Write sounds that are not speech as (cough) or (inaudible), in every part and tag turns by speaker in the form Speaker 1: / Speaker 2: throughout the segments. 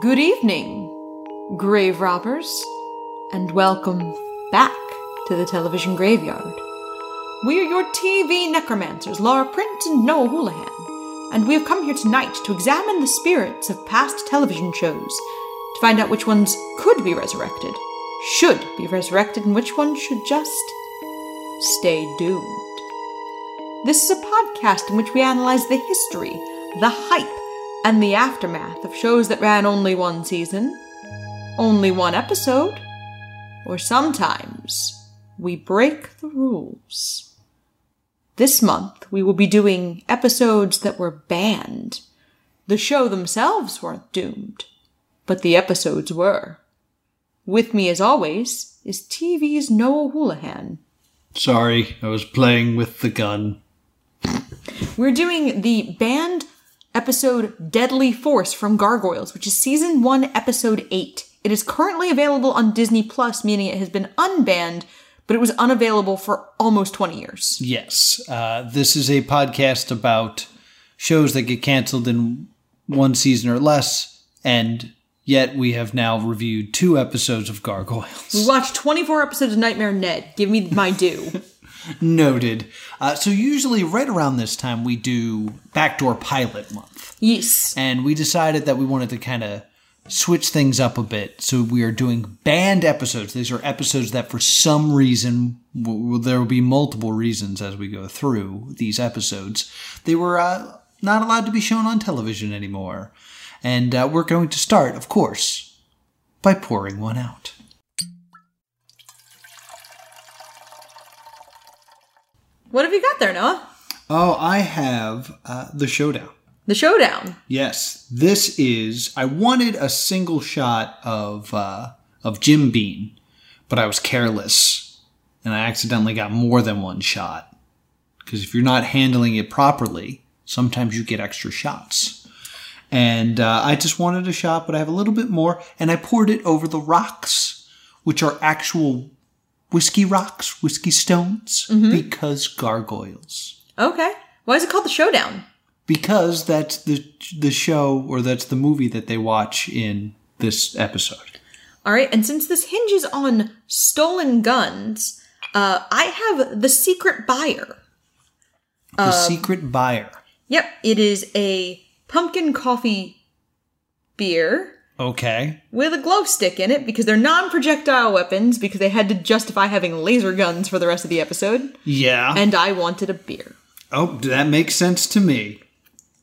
Speaker 1: Good evening, grave robbers, and welcome back to the television graveyard. We are your TV necromancers, Laura Print and Noah Houlihan, and we have come here tonight to examine the spirits of past television shows to find out which ones could be resurrected, should be resurrected, and which ones should just stay doomed. This is a podcast in which we analyze the history, the hype, and the aftermath of shows that ran only one season, only one episode, or sometimes we break the rules. This month, we will be doing episodes that were banned. The show themselves weren't doomed, but the episodes were. With me, as always, is TV's Noah Houlihan.
Speaker 2: Sorry, I was playing with the gun.
Speaker 1: We're doing the banned episode Deadly Force from Gargoyles, which is season 1, episode 8. It is currently available on Disney Plus, meaning it has been unbanned, but it was unavailable for almost 20 years.
Speaker 2: Yes, uh, this is a podcast about shows that get canceled in one season or less, and yet we have now reviewed two episodes of Gargoyles. (laughs)
Speaker 1: We watched 24 episodes of Nightmare Ned. Give me my due.
Speaker 2: Noted. Uh, so, usually, right around this time, we do Backdoor Pilot Month,
Speaker 1: yes.
Speaker 2: and we decided that we wanted to kind of switch things up a bit. So, we are doing banned episodes. These are episodes that, for some reason, w- w- there will be multiple reasons as we go through these episodes, they were uh, not allowed to be shown on television anymore. And uh, we're going to start, of course, by pouring one out.
Speaker 1: What have you got there, Noah?
Speaker 2: Oh, I have uh, the showdown.
Speaker 1: The showdown.
Speaker 2: Yes, this is. I wanted a single shot of uh, of Jim Bean, but I was careless, and I accidentally got more than one shot. Because if you're not handling it properly, sometimes you get extra shots. And uh, I just wanted a shot, but I have a little bit more, and I poured it over the rocks, which are actual whiskey rocks, whiskey stones, because gargoyles
Speaker 1: Okay. Why is it called the showdown?
Speaker 2: because that's the the show or that's the movie that they watch in this episode.
Speaker 1: All right, and since this hinges on stolen guns, uh, I have the secret buyer.
Speaker 2: The
Speaker 1: Uh,
Speaker 2: Secret Buyer.
Speaker 1: Yep, it is a pumpkin coffee beer
Speaker 2: Okay.
Speaker 1: with a glow stick in it because they're non projectile weapons because they had to justify having laser guns for the rest of the episode.
Speaker 2: Yeah.
Speaker 1: And I wanted a beer.
Speaker 2: oh, that makes sense to me.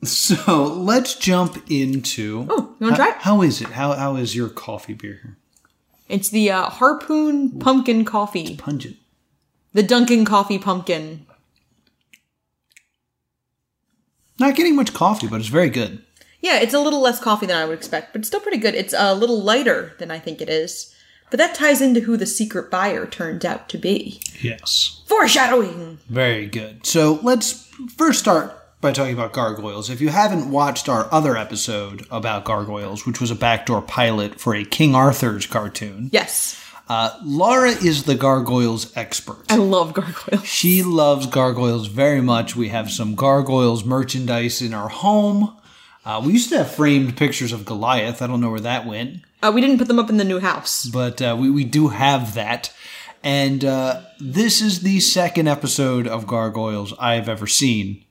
Speaker 2: So let's jump into.
Speaker 1: Oh, you wanna try it?
Speaker 2: How is it? How how is your coffee beer here?
Speaker 1: It's the uh, Harpoon Pumpkin Coffee,
Speaker 2: Pungent.
Speaker 1: the Dunkin' Coffee Pumpkin.
Speaker 2: Not getting much coffee, but it's very good.
Speaker 1: Yeah, it's a little less coffee than I would expect, but it's still pretty good. It's a little lighter than I think it is. But that ties into who the secret buyer turned out to be.
Speaker 2: Yes.
Speaker 1: Foreshadowing!
Speaker 2: Very good. So let's first start by talking about gargoyles. If you haven't watched our other episode about gargoyles, which was a backdoor pilot for a King Arthur's cartoon,
Speaker 1: Yes,
Speaker 2: uh, Laura is the gargoyles expert.
Speaker 1: I love gargoyles.
Speaker 2: She loves gargoyles very much. We have some gargoyles merchandise in our home. Uh, we used to have framed pictures of Goliath. I don't know where that went
Speaker 1: Uh, we didn't put them up in the new house.
Speaker 2: but uh, we, we do have that. And uh, this is the second episode of Gargoyles I've ever seen.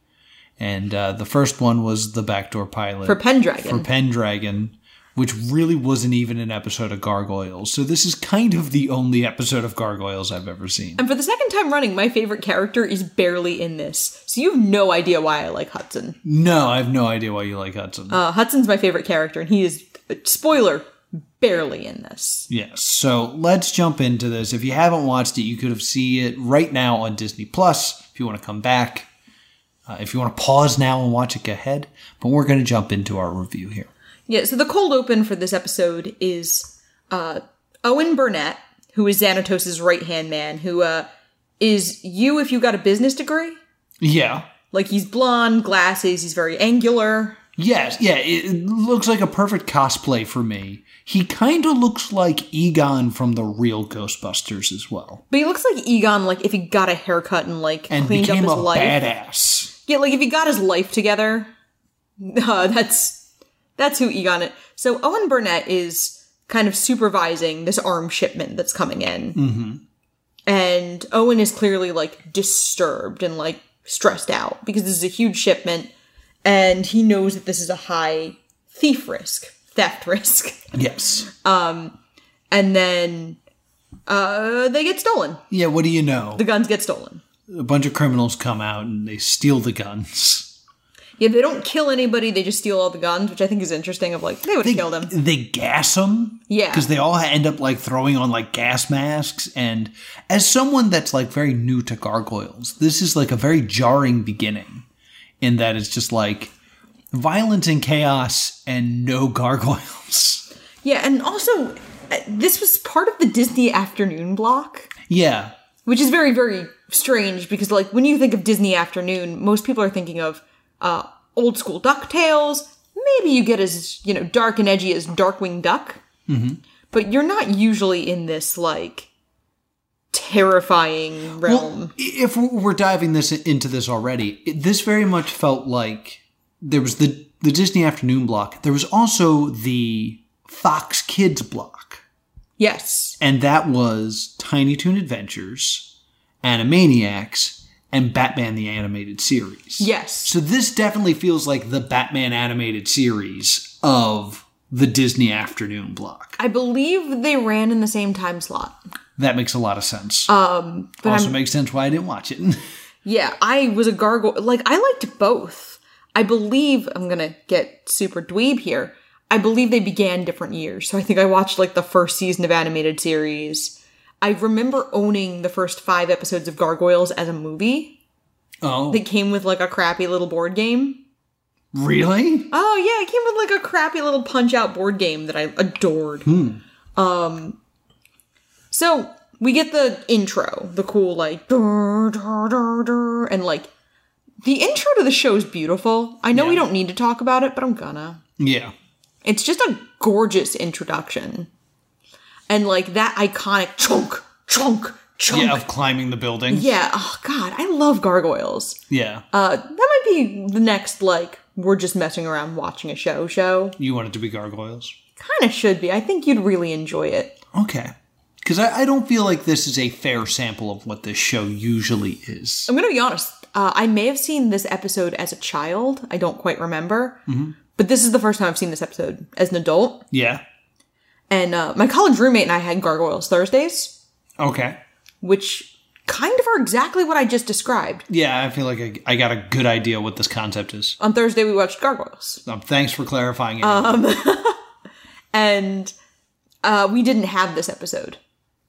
Speaker 2: And uh, the first one was the backdoor pilot
Speaker 1: For Pendragon.
Speaker 2: for Pendragon, which really wasn't even an episode of Gargoyles. So this is kind of the only episode of Gargoyles I've ever seen.
Speaker 1: And for the second time running, my favorite character is barely in this. So you have no idea why I like Hudson.
Speaker 2: No, I have no idea why you like Hudson.
Speaker 1: Uh, Hudson's my favorite character, and he is, spoiler, barely in this.
Speaker 2: Yes. So let's jump into this. If you haven't watched it, you could have see it right now on Disney Plus. If you want to come back, uh, if you want to pause now and watch it, go ahead. But we're going to jump into our review here.
Speaker 1: Yeah, so the cold open for this episode is uh, Owen Burnett, who is Xanatos' right hand man, who uh, is you if you got a business degree.
Speaker 2: Yeah.
Speaker 1: Like he's blonde, glasses, he's very angular.
Speaker 2: Yes. Yeah. It it looks like a perfect cosplay for me. He kind of looks like Egon from the real Ghostbusters as well,
Speaker 1: But he looks like Egon, like if he got a haircut and like
Speaker 2: and
Speaker 1: cleaned up
Speaker 2: became
Speaker 1: his
Speaker 2: a
Speaker 1: life.
Speaker 2: badass.
Speaker 1: (laughs) Yeah, like if he got his life together, uh, that's That's who Egon is. So Owen Burnett is kind of supervising this arm shipment that's coming in. And Owen is clearly like disturbed and like stressed out because this is a huge shipment and he knows that this is a high thief risk, theft (laughs) risk.
Speaker 2: Yes.
Speaker 1: And then uh, they get stolen.
Speaker 2: Yeah, what do you know?
Speaker 1: The guns get stolen.
Speaker 2: A bunch of criminals come out and they steal the guns.
Speaker 1: Yeah, they don't kill anybody. They just steal all the guns, which I think is interesting. Of like, they would have killed him.
Speaker 2: They gas them.
Speaker 1: Yeah.
Speaker 2: Because they all end up like throwing on like gas masks. And as someone that's like very new to gargoyles, this is like a very jarring beginning in that it's just like violence and chaos and no (laughs) gargoyles.
Speaker 1: Yeah, and also, uh, this was part of the Disney afternoon block,
Speaker 2: yeah.
Speaker 1: which is very, very strange because, like, when you think of Disney afternoon, most people are thinking of uh, old school DuckTales. Maybe you get as, you know, dark and edgy as Darkwing Duck. Mm-hmm. But you're not usually in this, like, terrifying realm.
Speaker 2: Well, if we're diving this into this already, it- this very much felt like there was the the Disney afternoon block. There was also the Fox Kids block.
Speaker 1: yes.
Speaker 2: and that was Tiny Toon Adventures, Animaniacs, and Batman the Animated Series.
Speaker 1: Yes.
Speaker 2: So this definitely feels like the Batman animated series of the Disney afternoon block.
Speaker 1: I believe they ran in the same time slot.
Speaker 2: That makes a lot of sense. Um,
Speaker 1: but
Speaker 2: also makes sense why I didn't watch it. (laughs)
Speaker 1: Yeah, I was a gargoyle. Like, I liked both. I believe, I'm gonna get super dweeb here. I believe they began different years. So I think I watched like the first season of animated series. I remember owning the first five episodes of Gargoyles as a movie
Speaker 2: oh,
Speaker 1: that came with like a crappy little board game.
Speaker 2: really?
Speaker 1: Oh, yeah, it came with like a crappy little punch out board game that I adored.
Speaker 2: Hmm.
Speaker 1: Um, so we get the intro, the cool like, "Dur, dur, dur, dur," and like the intro to the show is beautiful. I know we
Speaker 2: Yeah.
Speaker 1: don't need to talk about it, but I'm gonna.
Speaker 2: Yeah.
Speaker 1: It's just a gorgeous introduction, and like that iconic chunk, chunk, chunk.
Speaker 2: Yeah,
Speaker 1: Yeah.
Speaker 2: of climbing the building.
Speaker 1: Oh God, I love gargoyles.
Speaker 2: Yeah.
Speaker 1: Uh, that might be the next like we're just messing around watching a show show.
Speaker 2: you wanted to be gargoyles.
Speaker 1: Kind of should be. I think you'd really enjoy it.
Speaker 2: Okay. Because I, I don't feel like this is a fair sample of what this show usually is.
Speaker 1: I'm gonna be honest. Uh, I may have seen this episode as a child. I don't quite remember. But this is the first time I've seen this episode as an adult.
Speaker 2: Yeah.
Speaker 1: And uh, my college roommate and I had Gargoyles Thursdays,
Speaker 2: Okay.
Speaker 1: which kind of are exactly what I just described.
Speaker 2: Yeah, I feel like I, I got a good idea what this concept is.
Speaker 1: On Thursday, we watched Gargoyles,
Speaker 2: Um, thanks for clarifying it.
Speaker 1: Um, and uh, we didn't have this episode.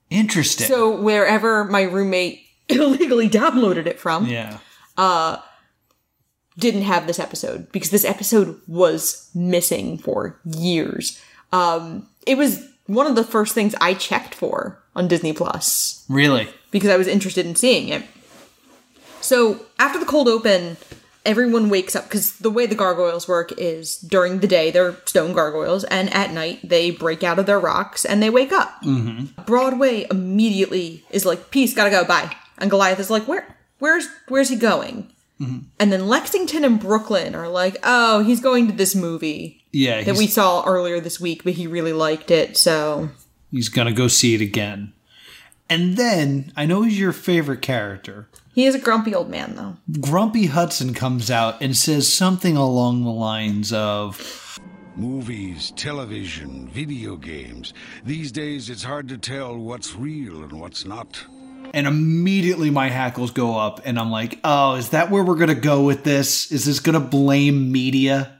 Speaker 2: Interesting.
Speaker 1: So wherever my roommate (laughs) illegally downloaded it from,
Speaker 2: yeah.
Speaker 1: didn't have this episode because this episode was missing for years. Um, it was one of the first things I checked for on Disney Plus
Speaker 2: Really?
Speaker 1: because I was interested in seeing it. So after the cold open, everyone wakes up because the way the gargoyles work is during the day they're stone gargoyles, and at night they break out of their rocks and they wake up. Broadway immediately is like, "Peace, gotta go, bye." And Goliath is like, "Where? Where's? Where's he going?" And then Lexington and Brooklyn are like, "Oh, he's going to this movie
Speaker 2: Yeah,
Speaker 1: that
Speaker 2: he's,
Speaker 1: we saw earlier this week, but he really liked it, so."
Speaker 2: he's going to go see it again. And then, I know he's your favorite character.
Speaker 1: He is a grumpy old man, though.
Speaker 2: Grumpy Hudson comes out and says something along the lines of,
Speaker 3: Movies, television, video games. These days it's hard to tell what's real and what's not.
Speaker 2: and immediately my hackles go up, and I'm like, oh, is that where we're going to go with this? Is this going to blame media?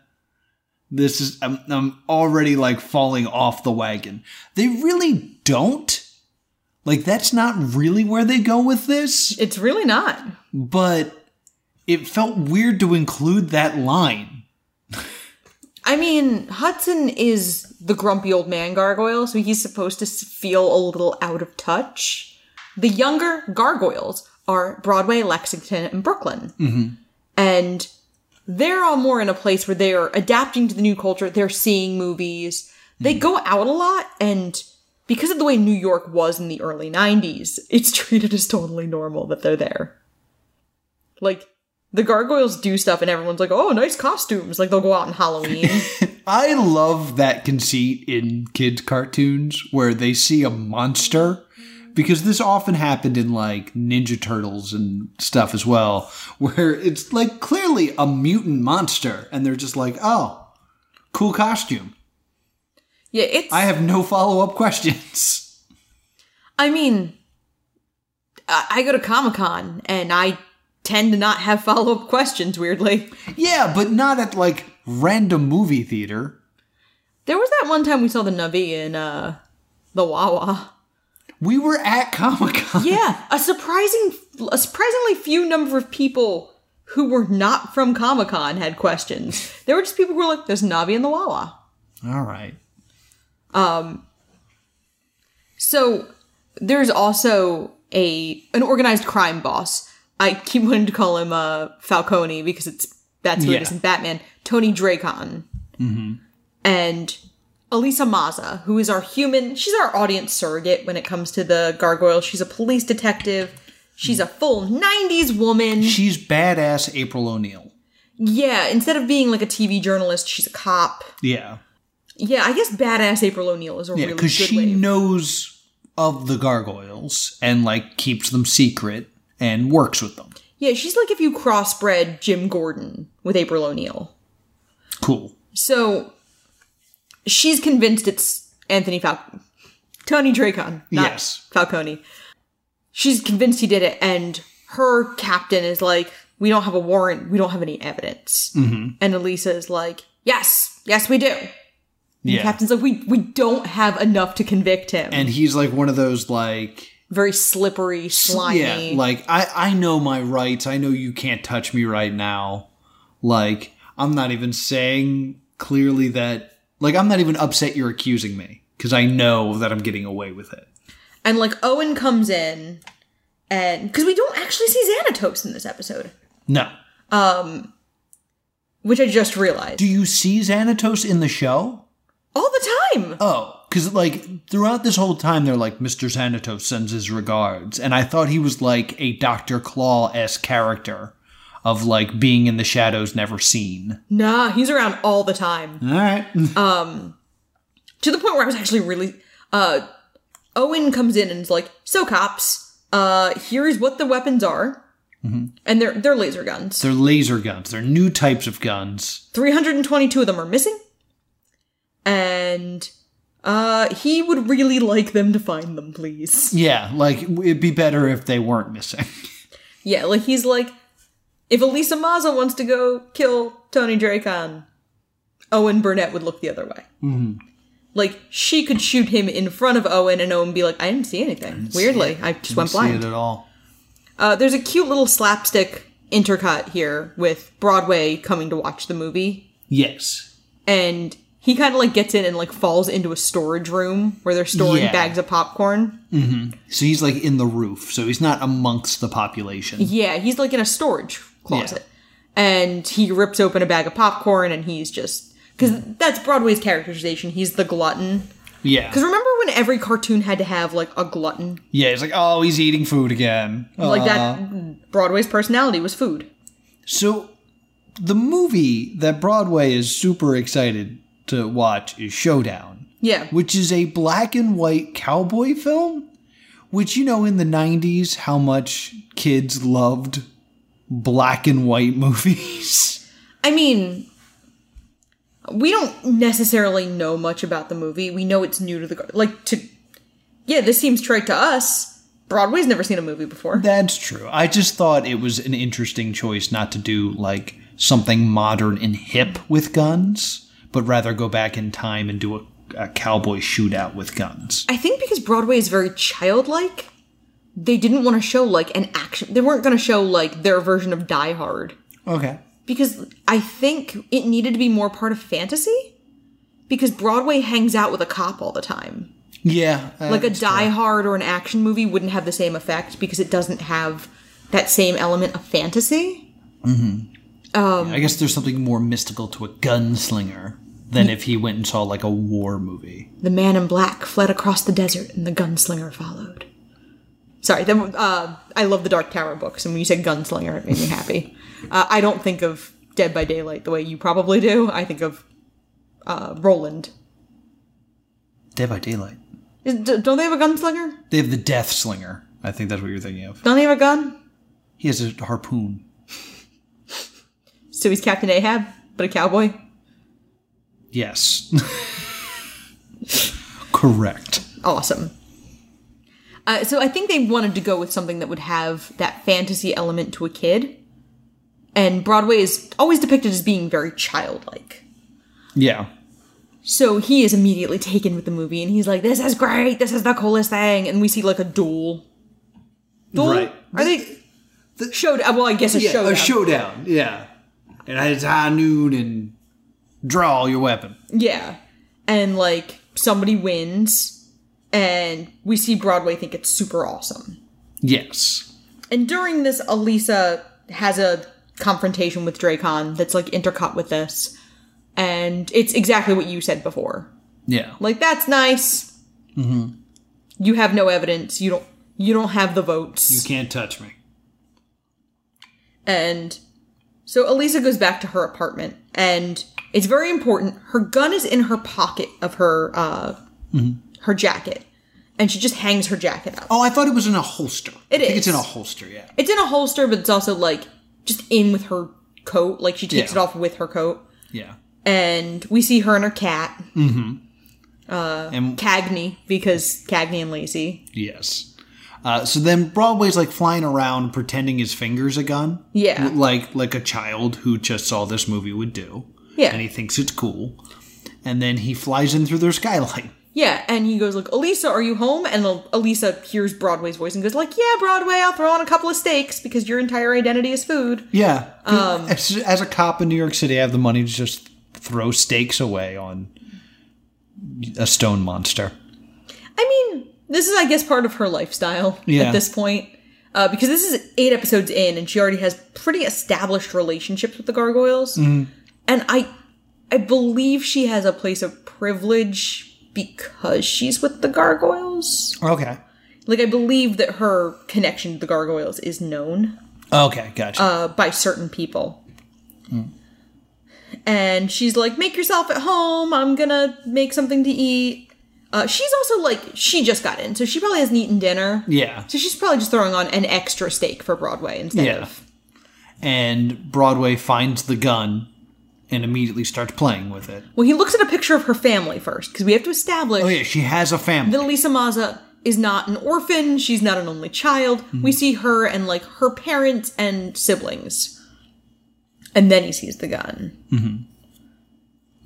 Speaker 2: This is, I'm, I'm already like falling off the wagon. They really don't. Like, that's not really where they go with this.
Speaker 1: It's really not.
Speaker 2: but it felt weird to include that line.
Speaker 1: I mean, Hudson is the grumpy old man gargoyle, so he's supposed to s- feel a little out of touch. The younger gargoyles are Broadway, Lexington, and Brooklyn. And they're all more in a place where they are adapting to the new culture, they're seeing movies, they go out a lot, and because of the way New York was in the early 90s, it's (laughs) treated as totally normal that they're there. Like, the gargoyles do stuff, and everyone's like, oh, nice costumes. Like, they'll go out on Halloween.
Speaker 2: I love that conceit in kids' cartoons where they see a monster because this often happened in like Ninja Turtles and stuff as well, (laughs) where it's like clearly a mutant monster and they're just like, oh, cool costume.
Speaker 1: Yeah, it's.
Speaker 2: I have no follow up questions. (laughs)
Speaker 1: I mean, I, I go to Comic Con and I tend to not have (laughs) follow up questions, weirdly.
Speaker 2: yeah, but not at like random movie theater.
Speaker 1: There was that one time we saw the Nubby in uh, the Wawa.
Speaker 2: We were at (laughs) Comic Con.
Speaker 1: Yeah, a surprising, a surprisingly few number of people who were not from Comic Con had questions. There were just people who were like, "There's Navi in the Wawa."
Speaker 2: All right.
Speaker 1: So there's also a an organized crime boss. I keep (laughs) wanting to call him uh, Falcone because it's that's who it is
Speaker 2: Yeah. Mm-hmm.
Speaker 1: in Batman. Tony Dracon and Elisa Maza, who is our human. She's our audience surrogate when it comes to the gargoyle. She's a police detective. She's a full '90s woman.
Speaker 2: She's badass April O'Neil.
Speaker 1: Yeah, instead of being like a TV journalist, she's a cop.
Speaker 2: Yeah.
Speaker 1: Yeah, I guess badass April O'Neil is a
Speaker 2: Yeah,
Speaker 1: really
Speaker 2: because
Speaker 1: good way.
Speaker 2: she
Speaker 1: to-
Speaker 2: knows of the gargoyles and like keeps them secret and works with them.
Speaker 1: yeah, she's like if you crossbred Jim Gordon with April O'Neil.
Speaker 2: Cool.
Speaker 1: So she's convinced it's Anthony Falcone. Tony Dracon, not
Speaker 2: Yes.
Speaker 1: Falcone. She's convinced he did it, and her captain is like, We don't have a warrant, we don't have any evidence.
Speaker 2: Mm-hmm.
Speaker 1: And Elisa is like, Yes, yes, we do.
Speaker 2: Yeah.
Speaker 1: Captain's like, we, we don't have enough to convict him.
Speaker 2: and he's like one of those like
Speaker 1: very slippery, slimy.
Speaker 2: yeah, like I I know my rights. I know you can't touch me right now. Like I'm not even saying clearly that like I'm not even upset you're accusing me because I know that I'm getting away with it.
Speaker 1: and like Owen comes in, and because we don't actually see Xanatos in this episode,
Speaker 2: No.
Speaker 1: which I just realized
Speaker 2: Do you see Xanatos in the show?
Speaker 1: all the time.
Speaker 2: Oh, because like throughout this whole time, they're like, Mr. Xanatos sends his regards. And I thought he was like a Dr. Claw esque character of like being in the shadows, never seen.
Speaker 1: Nah, he's around all the time
Speaker 2: All right.
Speaker 1: to the point where I was actually really. uh Owen comes in and is like, "So cops, uh, here's what the weapons are." And they're they're laser guns.
Speaker 2: (laughs) they're laser guns, they're new types of guns.
Speaker 1: 322 of them are missing. And uh he would really like them to find them, please.
Speaker 2: Yeah, like it'd be better if they weren't missing.
Speaker 1: Yeah, like he's like, if Elisa Mazza wants to go kill Tony Dracon, Owen Burnett would look the other way. Mm-hmm. Like she could shoot him in front of Owen, and Owen be like, "I didn't see anything." Weirdly, I just went
Speaker 2: see it
Speaker 1: blind.
Speaker 2: at all.
Speaker 1: Uh, there's a cute little slapstick intercut here with Broadway coming to watch the movie,
Speaker 2: Yes.
Speaker 1: and he kind of like gets in and like falls into a storage room where they're storing
Speaker 2: Yeah.
Speaker 1: bags of popcorn.
Speaker 2: So he's like in the roof, so he's not amongst the population.
Speaker 1: Yeah, he's like in a storage closet. And he rips open a bag of popcorn and he's just. Because that's Broadway's characterization. He's the glutton.
Speaker 2: Yeah.
Speaker 1: Because remember when every cartoon had to have, like, a glutton?
Speaker 2: Yeah, he's like, oh, he's eating food again.
Speaker 1: Like, that. Broadway's personality was food.
Speaker 2: So, the movie that Broadway is super excited to watch is Showdown,
Speaker 1: Yeah.
Speaker 2: which is a black and white cowboy film, which, you know, in the 90s, how much kids loved black and white (laughs) movies.
Speaker 1: I mean. We don't necessarily know much about the movie. We know it's new to the. gar- Like, to. Yeah, this seems trite to us. Broadway's never seen a movie before.
Speaker 2: That's true. I just thought it was an interesting choice not to do, like, something modern and hip with guns, but rather go back in time and do a, a cowboy shootout with guns.
Speaker 1: I think because Broadway is very childlike, they didn't want to show like an action. They weren't going to show like their version of Die Hard
Speaker 2: Okay.
Speaker 1: because I think it needed to be more part of fantasy. Because Broadway hangs out with a cop all the time.
Speaker 2: Yeah.
Speaker 1: Like a Die Hard or an action movie wouldn't have the same effect because it doesn't have that same element of fantasy.
Speaker 2: I guess there's something more mystical to a gunslinger than if he went and saw like a war movie.
Speaker 1: The man in black fled across the desert and the gunslinger followed. Sorry, that, uh, I love the Dark Tower books, and when you said gunslinger, it made me happy. Uh, I don't think of Dead by Daylight the way you probably do. I think of uh, Roland.
Speaker 2: Dead by Daylight.
Speaker 1: Is, d- don't they have a gunslinger?
Speaker 2: They have the Death Slinger. I think that's what you're thinking of.
Speaker 1: Don't they have a gun?
Speaker 2: He has a harpoon.
Speaker 1: So he's Captain Ahab, but a cowboy.
Speaker 2: Yes. (laughs) Correct.
Speaker 1: Awesome. Uh, so I think they wanted to go with something that would have that fantasy element to a kid. And Broadway is always depicted as being very childlike.
Speaker 2: Yeah.
Speaker 1: So he is immediately taken with the movie and he's like, This is great, this is the coolest thing. And we see like a duel. Duel?
Speaker 2: Right.
Speaker 1: Are they showed uh, well I guess a
Speaker 2: Yeah,
Speaker 1: showdown.
Speaker 2: a showdown. Yeah. And it's high noon and draw your weapon.
Speaker 1: yeah. And like somebody wins and we see Broadway think it's super awesome.
Speaker 2: Yes.
Speaker 1: And during this, Elisa has a confrontation with Dracon that's like intercut with this. And it's exactly what you said before.
Speaker 2: Yeah.
Speaker 1: Like that's nice.
Speaker 2: Mm-hmm.
Speaker 1: You have no evidence. You don't. You don't have the votes.
Speaker 2: you can't touch me.
Speaker 1: And so Elisa goes back to her apartment, and it's very important. Her gun is in her pocket of her uh,
Speaker 2: Mm-hmm.
Speaker 1: her jacket, and she just hangs her jacket up.
Speaker 2: Oh, I thought it was in a holster.
Speaker 1: It
Speaker 2: I think
Speaker 1: is.
Speaker 2: it's in a holster, yeah.
Speaker 1: It's in a holster, but it's also like just in with her coat. Like she takes
Speaker 2: Yeah.
Speaker 1: it off with her coat.
Speaker 2: Yeah.
Speaker 1: and we see her and her cat, Uh,
Speaker 2: And
Speaker 1: Cagney, because Cagney and Lacey.
Speaker 2: yes. Uh, so then Broadway's like flying around pretending his finger's a gun.
Speaker 1: Yeah.
Speaker 2: Like like a child who just saw this movie would do.
Speaker 1: Yeah.
Speaker 2: And he thinks it's cool. And then he flies in through their skylight.
Speaker 1: Yeah, and he goes like, "Elisa, are you home?" And El- Elisa hears Broadway's voice and goes like, "Yeah, Broadway, I'll throw on a couple of steaks because your entire identity is food."
Speaker 2: (laughs) Yeah. as, as a cop in New York City, I have the money to just throw stakes away on a stone monster.
Speaker 1: I mean, this is, I guess, part of her lifestyle
Speaker 2: Yeah.
Speaker 1: at this point. Uh, because this is eight episodes in, and she already has pretty established relationships with the gargoyles, and I, I believe she has a place of privilege because she's with the gargoyles.
Speaker 2: Okay.
Speaker 1: Like I believe that her connection to the gargoyles is known
Speaker 2: Okay, gotcha.
Speaker 1: uh, by certain people. And she's like, "Make yourself at home. I'm gonna make something to eat." Uh, she's also like, she just got in, so she probably hasn't eaten dinner.
Speaker 2: yeah.
Speaker 1: So she's probably just throwing on an extra steak for Broadway instead
Speaker 2: Yeah.
Speaker 1: of
Speaker 2: And Broadway finds the gun and immediately starts playing with it.
Speaker 1: Well, he looks at a picture of her family first because we have to establish
Speaker 2: Oh yeah, she has a family.
Speaker 1: that Elisa Maza is not an orphan. She's not an only child.
Speaker 2: Mm-hmm.
Speaker 1: We see her and like her parents and siblings. And then he sees the gun.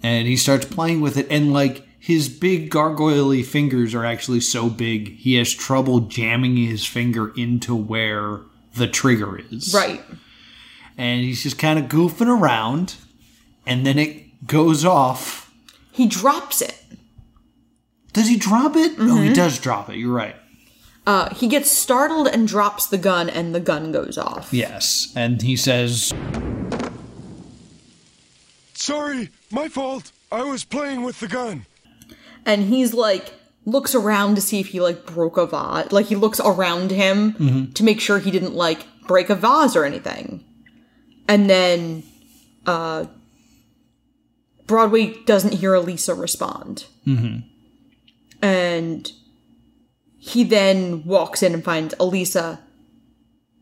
Speaker 2: And he starts playing with it and like his big gargoyle fingers are actually so big he has trouble jamming his finger into where the trigger is.
Speaker 1: Right.
Speaker 2: And he's just kind of goofing around and then it goes off.
Speaker 1: He drops it.
Speaker 2: Does he drop it? Oh,
Speaker 1: Mm-hmm.
Speaker 2: he does drop it. You're right.
Speaker 1: Uh, he gets startled and drops the gun, and the gun goes off.
Speaker 2: Yes. And he says,
Speaker 3: Sorry, my fault. I was playing with the gun.
Speaker 1: And he's like, looks around to see if he like broke a vase. Like, he looks around him to make sure he didn't like break a vase or anything. And then, uh, Broadway doesn't hear Elisa respond. Mm-hmm. And he then walks in and finds Elisa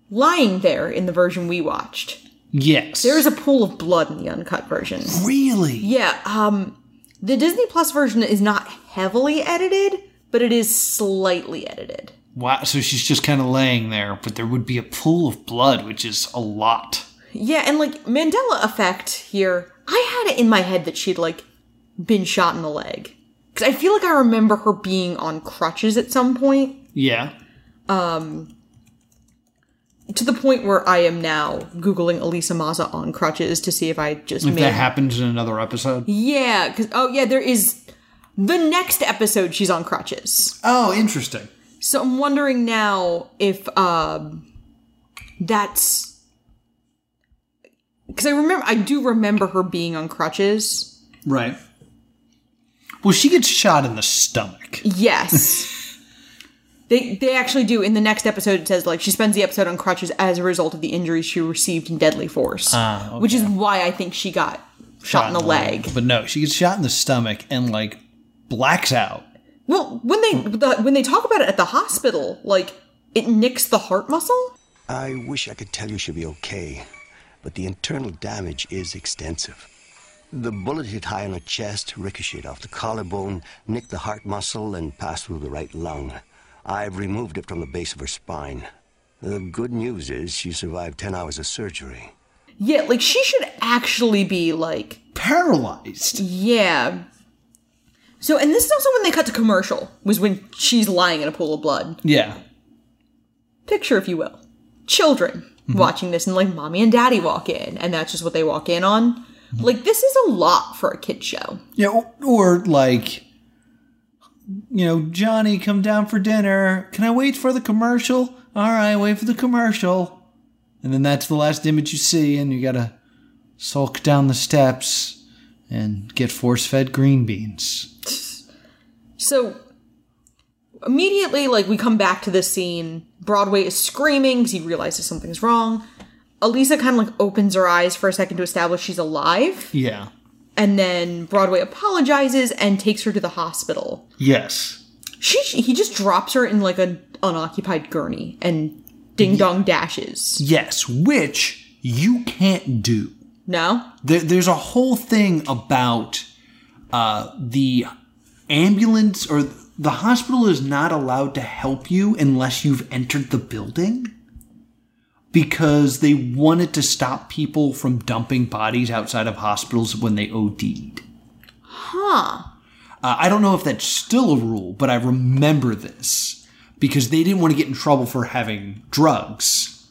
Speaker 1: lying there in the version we watched.
Speaker 2: "Yes."
Speaker 1: There is a pool of blood in the uncut version.
Speaker 2: really
Speaker 1: Yeah, um the Disney Plus version is not heavily edited, but it is slightly edited.
Speaker 2: wow. So she's just kind of laying there, but there would be a pool of blood, which is a lot.
Speaker 1: Yeah, and like Mandela effect here, I had it in my head that she'd like been shot in the leg. Cuz I feel like I remember her being on crutches at some point
Speaker 2: Yeah.
Speaker 1: to the point where I am now googling Elisa Maza on crutches to see if I just
Speaker 2: If
Speaker 1: made
Speaker 2: that happens in another episode.
Speaker 1: Yeah, cuz oh yeah, there is the next episode she's on crutches.
Speaker 2: Oh, interesting.
Speaker 1: So I'm wondering now if um, that's because I remember I do remember her being on crutches.
Speaker 2: Right. Well, she gets shot in the stomach.
Speaker 1: Yes. (laughs) They, they actually do in the next episode it says like she spends the episode on crutches as a result of the injuries she received in deadly force which is why i think she got Ah, shot in the leg.
Speaker 2: But no, she gets shot in the stomach and like blacks out.
Speaker 1: Well, when they the, when they talk about it at the hospital, like it nicks the heart muscle.
Speaker 4: I wish I could tell you she'll be okay, but the internal damage is extensive. The bullet hit high on her chest, ricocheted off the collarbone, nicked the heart muscle, and passed through the right lung. I've removed it from the base of her spine. The good news is she survived 10 hours of surgery.
Speaker 1: Yeah, like she should actually be like
Speaker 2: Paralyzed.
Speaker 1: yeah. So, and this is also when they cut to commercial was when she's lying in a pool of blood.
Speaker 2: Yeah.
Speaker 1: Picture, if you will, children watching this and like mommy and daddy walk in, and that's just what they walk in on. Like this is a lot for a kid show.
Speaker 2: Yeah, or, or like, you know, Johnny, come down for dinner. Can I wait for the commercial? All right, wait for the commercial. And then that's the last image you see, and you gotta sulk down the steps and get force fed green beans.
Speaker 1: So immediately, like we come back to this scene. Broadway is screaming because he realizes something's wrong. Elisa kind of like opens her eyes for a second to establish she's alive,
Speaker 2: Yeah.
Speaker 1: and then Broadway apologizes and takes her to the hospital.
Speaker 2: Yes.
Speaker 1: She she- he just drops her in like an unoccupied gurney and ding dong dashes.
Speaker 2: Yes, which you can't do.
Speaker 1: No,
Speaker 2: there, there's a whole thing about uh, the ambulance or the hospital is not allowed to help you unless you've entered the building because they wanted to stop people from dumping bodies outside of hospitals when they OD'd.
Speaker 1: huh?
Speaker 2: Uh, I don't know if that's still a rule, but I remember this because they didn't want to get in trouble for having drugs,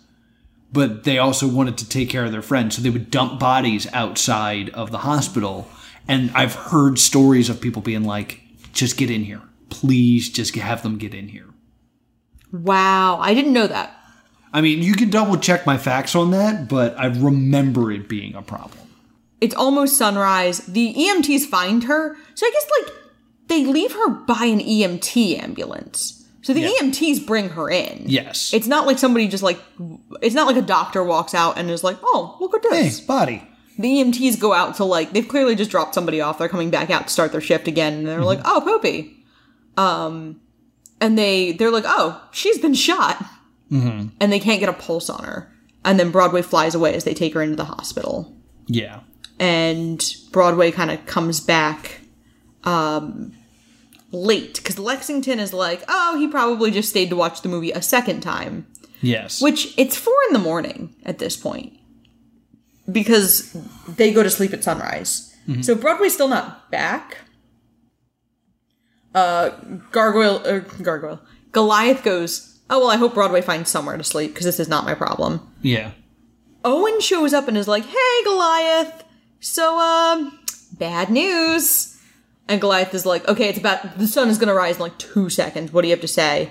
Speaker 2: but they also wanted to take care of their friends, so they would dump bodies outside of the hospital. And I've heard stories of people being like, "Just get in here, please, just have them get in here."
Speaker 1: Wow, I didn't know that.
Speaker 2: I mean, you can double check my facts on that, but I remember it being a problem.
Speaker 1: It's almost sunrise. The EMTs find her. So I guess like they leave her by an EMT ambulance. So the
Speaker 2: Yeah.
Speaker 1: EMTs bring her in.
Speaker 2: Yes.
Speaker 1: It's not like somebody just like it's not like a doctor walks out and is like, "Oh, look at
Speaker 2: hey,
Speaker 1: this."
Speaker 2: body.
Speaker 1: The EMTs go out to like they've clearly just dropped somebody off. They're coming back out to start their shift again and they're like, "Oh, Poopy." Um and they they're like, "Oh, she's been shot." And they can't get a pulse on her. And then Broadway flies away as they take her into the hospital
Speaker 2: Yeah.
Speaker 1: and Broadway kind of comes back um, late because Lexington is like, oh, he probably just stayed to watch the movie a second time,
Speaker 2: Yes.
Speaker 1: which it's four in the morning at this point because they go to sleep at sunrise. So Broadway's still not back. Uh, gargoyle or gargoyle Goliath goes. Oh well, I hope Broadway finds somewhere to sleep because this is not my problem.
Speaker 2: yeah. (laughs)
Speaker 1: Owen shows up and is like, "Hey, Goliath. So, um, bad news." And Goliath is like, "Okay, it's about the sun is gonna rise in like two seconds. What do you have to say?"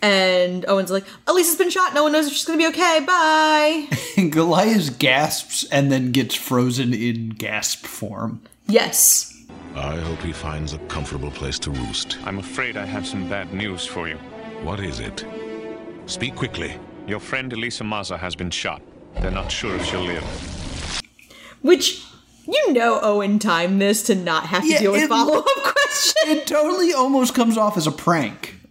Speaker 1: And Owen's like, "Elisa's been shot. No one knows if she's gonna be okay. Bye."
Speaker 2: And Goliath gasps and then gets frozen in gasp form.
Speaker 1: yes.
Speaker 3: I hope he finds a comfortable place to roost.
Speaker 5: I'm afraid I have some bad news for you.
Speaker 3: What is it? Speak quickly.
Speaker 5: Your friend Elisa Maza has been shot. They're not sure if she'll live.
Speaker 1: Which you know, Owen timed this to not have to
Speaker 2: Yeah,
Speaker 1: deal with
Speaker 2: it-
Speaker 1: follow up questions.
Speaker 2: It totally almost comes off as a prank.
Speaker 1: (laughs)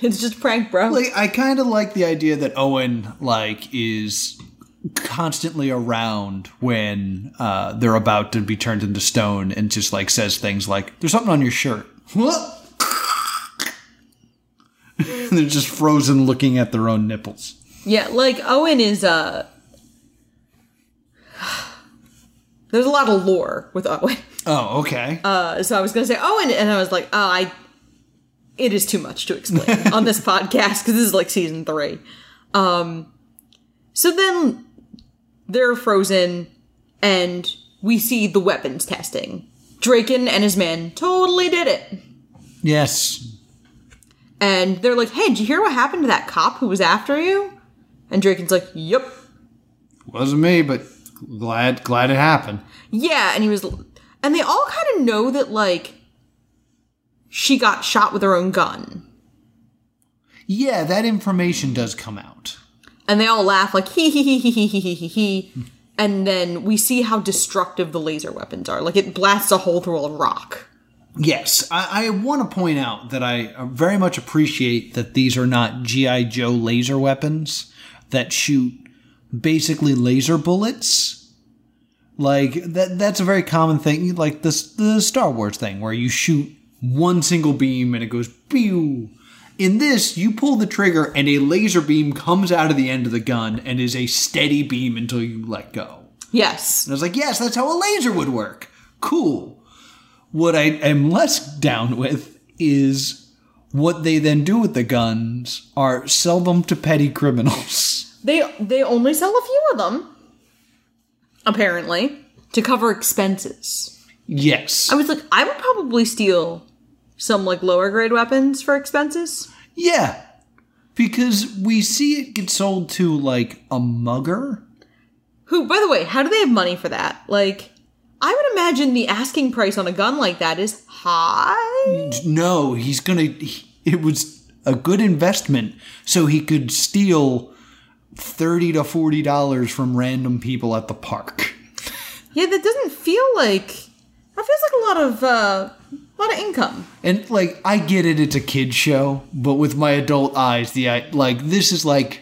Speaker 1: It's just prank, bro.
Speaker 2: Like I kind of like the idea that Owen like is constantly around when uh, they're about to be turned into stone and just like says things like "There's something on your shirt." (laughs) What? and they're just frozen looking at their own nipples.
Speaker 1: Yeah, like Owen is uh (sighs) There's a lot of lore with Owen.
Speaker 2: Oh, okay.
Speaker 1: Uh, so I was gonna say Owen, and I was like, oh, I. It is too much to explain on this podcast because this is like season three. Um, so then they're frozen, and we see the weapons testing. Draken and his men totally did it,
Speaker 2: yes.
Speaker 1: and they're like, "Hey, did you hear what happened to that cop who was after you?" And Draken's like, "Yep,
Speaker 2: Wasn't me, but glad glad it happened.
Speaker 1: Yeah, and he was, and they all kind of know that like she got shot with her own gun,
Speaker 2: Yeah, that information does come out.
Speaker 1: and they all laugh like hee hee hee hee hee hee hee hee, hee. and then we see how destructive the laser weapons are. Like it blasts a hole through a rock.
Speaker 2: Yes, I, I want to point out that I uh, very much appreciate that these are not G.I. Joe laser weapons that shoot basically laser bullets. Like that that's a very common thing, like this the Star Wars thing where you shoot one single beam and it goes pew. In this, you pull the trigger and a laser beam comes out of the end of the gun and is a steady beam until you let go.
Speaker 1: Yes.
Speaker 2: And I was like, yes, that's how a laser would work. Cool. What I am less down with is what they then do with the guns are sell them to petty criminals. (laughs)
Speaker 1: They they only sell a few of them. Apparently. To cover expenses.
Speaker 2: yes.
Speaker 1: I was like, I would probably steal some like lower grade weapons for expenses.
Speaker 2: yeah. Because we see it get sold to like a mugger.
Speaker 1: Who, by the way, how do they have money for that? Like, I would imagine the asking price on a gun like that is high.
Speaker 2: No, he's gonna. he- it was a good investment, so he could steal thirty to forty dollars from random people at the park.
Speaker 1: Yeah, that doesn't feel like that feels like a lot of uh, a lot of income.
Speaker 2: And like, I get it; it's a kid show, but with my adult eyes, the I, like this is like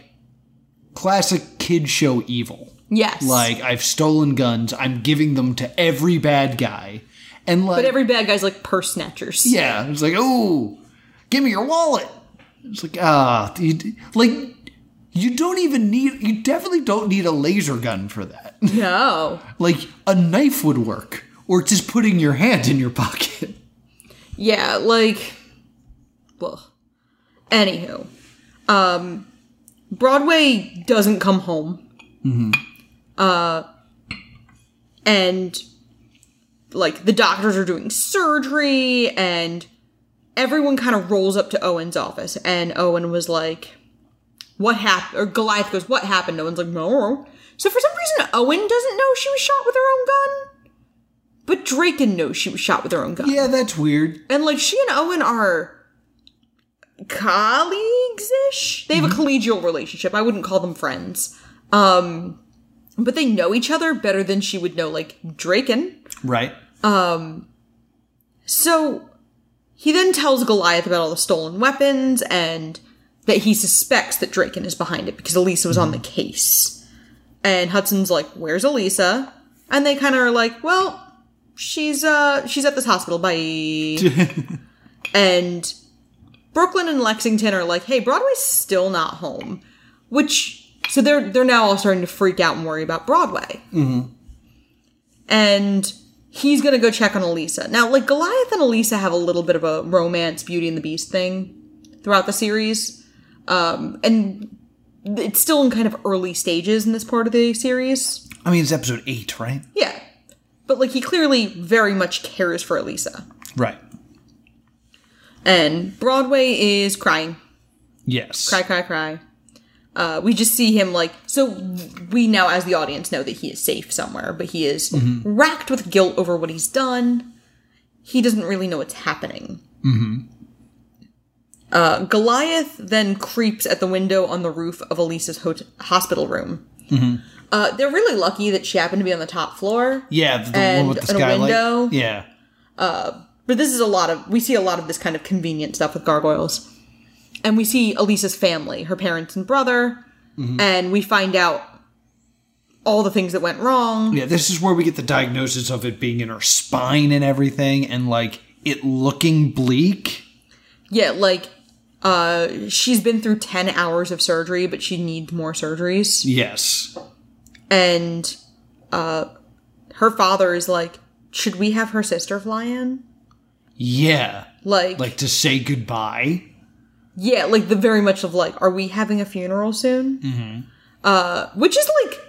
Speaker 2: classic kid show evil.
Speaker 1: Yes,
Speaker 2: Like, I've stolen guns. I'm giving them to every bad guy, and
Speaker 1: but
Speaker 2: like
Speaker 1: every bad guy's like purse snatchers.
Speaker 2: Yeah, it's like, oh, give me your wallet. It's like, ah, you, like you don't even need. You definitely don't need a laser gun for that. (laughs)
Speaker 1: No.
Speaker 2: like a knife would work, or just putting your hand in your pocket. (laughs)
Speaker 1: Yeah, like, well, anywho, um, Broadway doesn't come home. Mm-hmm. Uh, and like the doctors are doing surgery, and everyone kind of rolls up to Owen's office, and Owen was like, "What happened?" Or Goliath goes, "What happened?" Owen's like, "No." So for some reason, Owen doesn't know she was shot with her own gun. But Draken knows she was shot with her own gun.
Speaker 2: Yeah, that's weird.
Speaker 1: And like she and Owen are colleagues ish. They have a collegial relationship. I wouldn't call them friends. Um but they know each other better than she would know like Draken.
Speaker 2: Right.
Speaker 1: So he then tells Goliath about all the stolen weapons and that he suspects that Draken is behind it because Elisa was on the case. And Hudson's like, "Where's Elisa?" And they kind of are like, "Well, she's uh she's at this hospital. Bye." and Brooklyn and Lexington are like, "Hey, Broadway's still not home," which so they're they're now all starting to freak out and worry about Broadway. Mm-hmm. And he's gonna go check on Elisa. Now, like Goliath and Elisa have a little bit of a romance, Beauty and the Beast thing throughout the series, um, and it's still in kind of early stages in this part of the series.
Speaker 2: I mean, it's episode eight, right?
Speaker 1: Yeah, but like he clearly very much cares for Elisa,
Speaker 2: Right.
Speaker 1: and Broadway is crying,
Speaker 2: Yes.
Speaker 1: cry, cry, cry. Uh, we just see him like so. We now, as the audience, know that he is safe somewhere, but he is racked with guilt over what he's done. He doesn't really know what's happening. Uh, Goliath then creeps at the window on the roof of Elisa's hot- hospital room. Uh, they're really lucky that she happened to be on the top floor.
Speaker 2: Yeah, the, the one
Speaker 1: And
Speaker 2: with the
Speaker 1: in a
Speaker 2: skylight.
Speaker 1: window.
Speaker 2: Yeah.
Speaker 1: But this is a lot of we see a lot of this kind of convenient stuff with gargoyles. And we see Elisa's family, her parents and brother, and we find out all the things that went wrong.
Speaker 2: Yeah, this is where we get the diagnosis of it being in her spine and everything, and like it looking bleak.
Speaker 1: Yeah, like uh she's been through 10 hours of surgery, but she needs more surgeries.
Speaker 2: Yes.
Speaker 1: And uh her father is like, "Should we have her sister fly in?"
Speaker 2: Yeah.
Speaker 1: Like,
Speaker 2: Like to say goodbye.
Speaker 1: yeah, like the very much of like, "Are we having a funeral soon?" Uh, which is like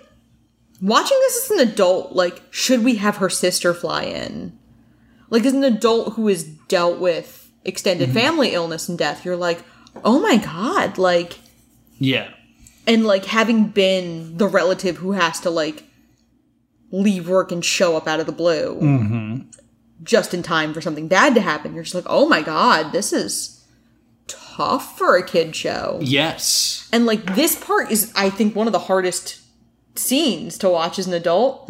Speaker 1: watching this as an adult like should we have her sister fly in like as an adult who has dealt with extended family illness and death you're like oh my god like
Speaker 2: Yeah.
Speaker 1: and like having been the relative who has to like leave work and show up out of the blue just in time for something bad to happen you're just like oh my god this is tough for a kid show
Speaker 2: Yes.
Speaker 1: and like this part is i think one of the hardest scenes to watch as an adult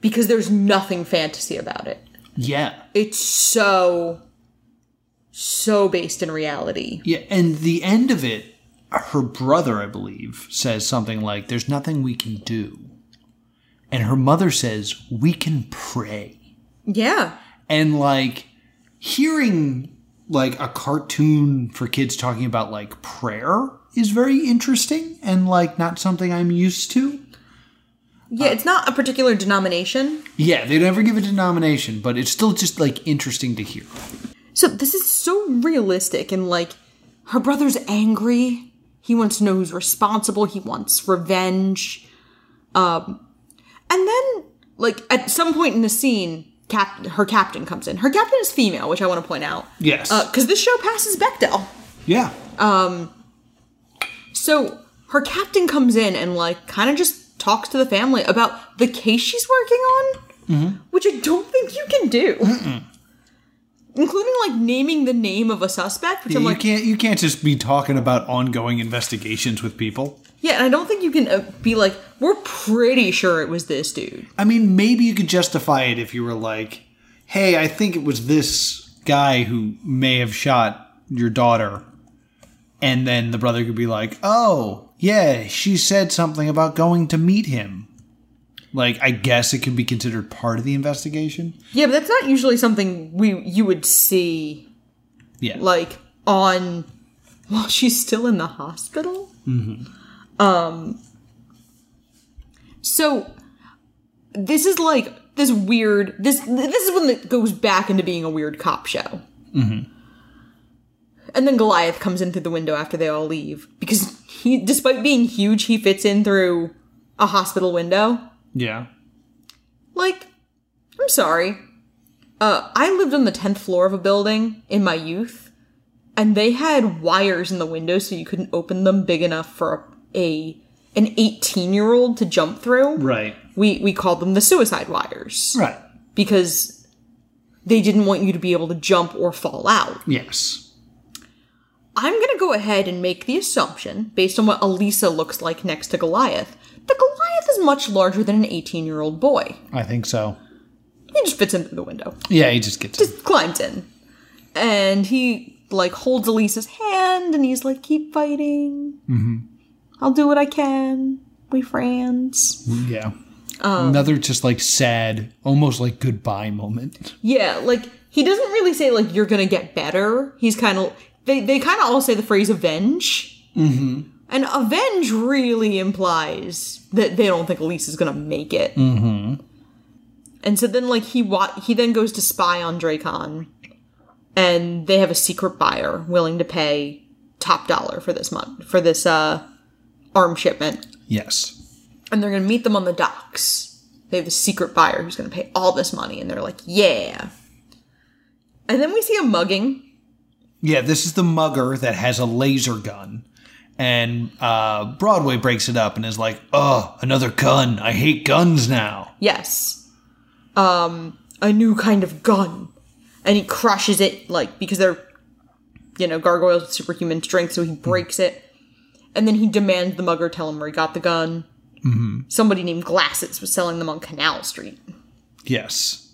Speaker 1: because there's nothing fantasy about it.
Speaker 2: Yeah.
Speaker 1: It's so, so based in reality.
Speaker 2: Yeah, and the end of it, her brother, I believe, says something like, There's nothing we can do. And her mother says, We can pray.
Speaker 1: Yeah.
Speaker 2: And like hearing like a cartoon for kids talking about like prayer is very interesting and like not something I'm used to.
Speaker 1: Yeah, it's not a particular denomination.
Speaker 2: Yeah, they never give a denomination, but it's still just like interesting to hear.
Speaker 1: So this is so realistic and like her brother's angry. He wants to know who's responsible. He wants revenge. Um and then like at some point in the scene, cap- her captain comes in. Her captain is female, which I want to point out.
Speaker 2: Yes.
Speaker 1: Because this show passes Bechdel.
Speaker 2: yeah.
Speaker 1: So her captain comes in and like kind of just talks to the family about the case she's working on,
Speaker 2: Mm-hmm.
Speaker 1: which I don't think you can do. Including like naming the name of a suspect, which
Speaker 2: Yeah,
Speaker 1: I'm
Speaker 2: you
Speaker 1: like,
Speaker 2: can't you can't just be talking about ongoing investigations with people.
Speaker 1: yeah, and I don't think you can uh, be like, we're pretty sure it was this dude.
Speaker 2: I mean, maybe you could justify it if you were like, hey, I think it was this guy who may have shot your daughter. And then the brother could be like, oh, yeah, she said something about going to meet him. Like, I guess it could be considered part of the investigation.
Speaker 1: Yeah, but that's not usually something we you would see
Speaker 2: Yeah.
Speaker 1: like on (laughs) while she's still in the hospital. Um. So this is like this weird. This this is when it goes back into being a weird cop show. Mm-hmm. And then Goliath comes in through the window after they all leave because he, despite being huge, he fits in through a hospital window.
Speaker 2: yeah.
Speaker 1: Like, I'm sorry. Uh, I lived on the 10th floor of a building in my youth, and they had wires in the windows so you couldn't open them big enough for a, an 18 year old to jump through.
Speaker 2: Right.
Speaker 1: We, we called them the suicide wires
Speaker 2: Right.
Speaker 1: because they didn't want you to be able to jump or fall out.
Speaker 2: Yes.
Speaker 1: I'm going to go ahead and make the assumption, based on what Elisa looks like next to Goliath, that Goliath is much larger than an 18 year old boy.
Speaker 2: I think so.
Speaker 1: He just fits in through the window.
Speaker 2: Yeah, he just gets it.
Speaker 1: climbs in and he like holds elisa's hand and he's like keep fighting mm-hmm. i'll do what i can we friends
Speaker 2: Yeah. Another just like sad, almost like goodbye moment.
Speaker 1: yeah like he doesn't really say like you're gonna get better he's kind of they, they kind of all say the phrase avenge mm-hmm. and avenge really implies that they don't think elisa's gonna make it mm-hmm. and so then like he wa- he then goes to spy on dracon and they have a secret buyer willing to pay top dollar for this month for this uh arm shipment
Speaker 2: Yes.
Speaker 1: and they're going to meet them on the docks they have a secret buyer who's going to pay all this money and they're like yeah and then we see a mugging
Speaker 2: Yeah, this is the mugger that has a laser gun. And uh, Broadway breaks it up and is like, oh, another gun. I hate guns now.
Speaker 1: yes um a new kind of gun and he crushes it like because they're you know gargoyles with superhuman strength so he breaks it and then he demands the mugger tell him where he got the gun somebody named glasses was selling them on canal street
Speaker 2: Yes.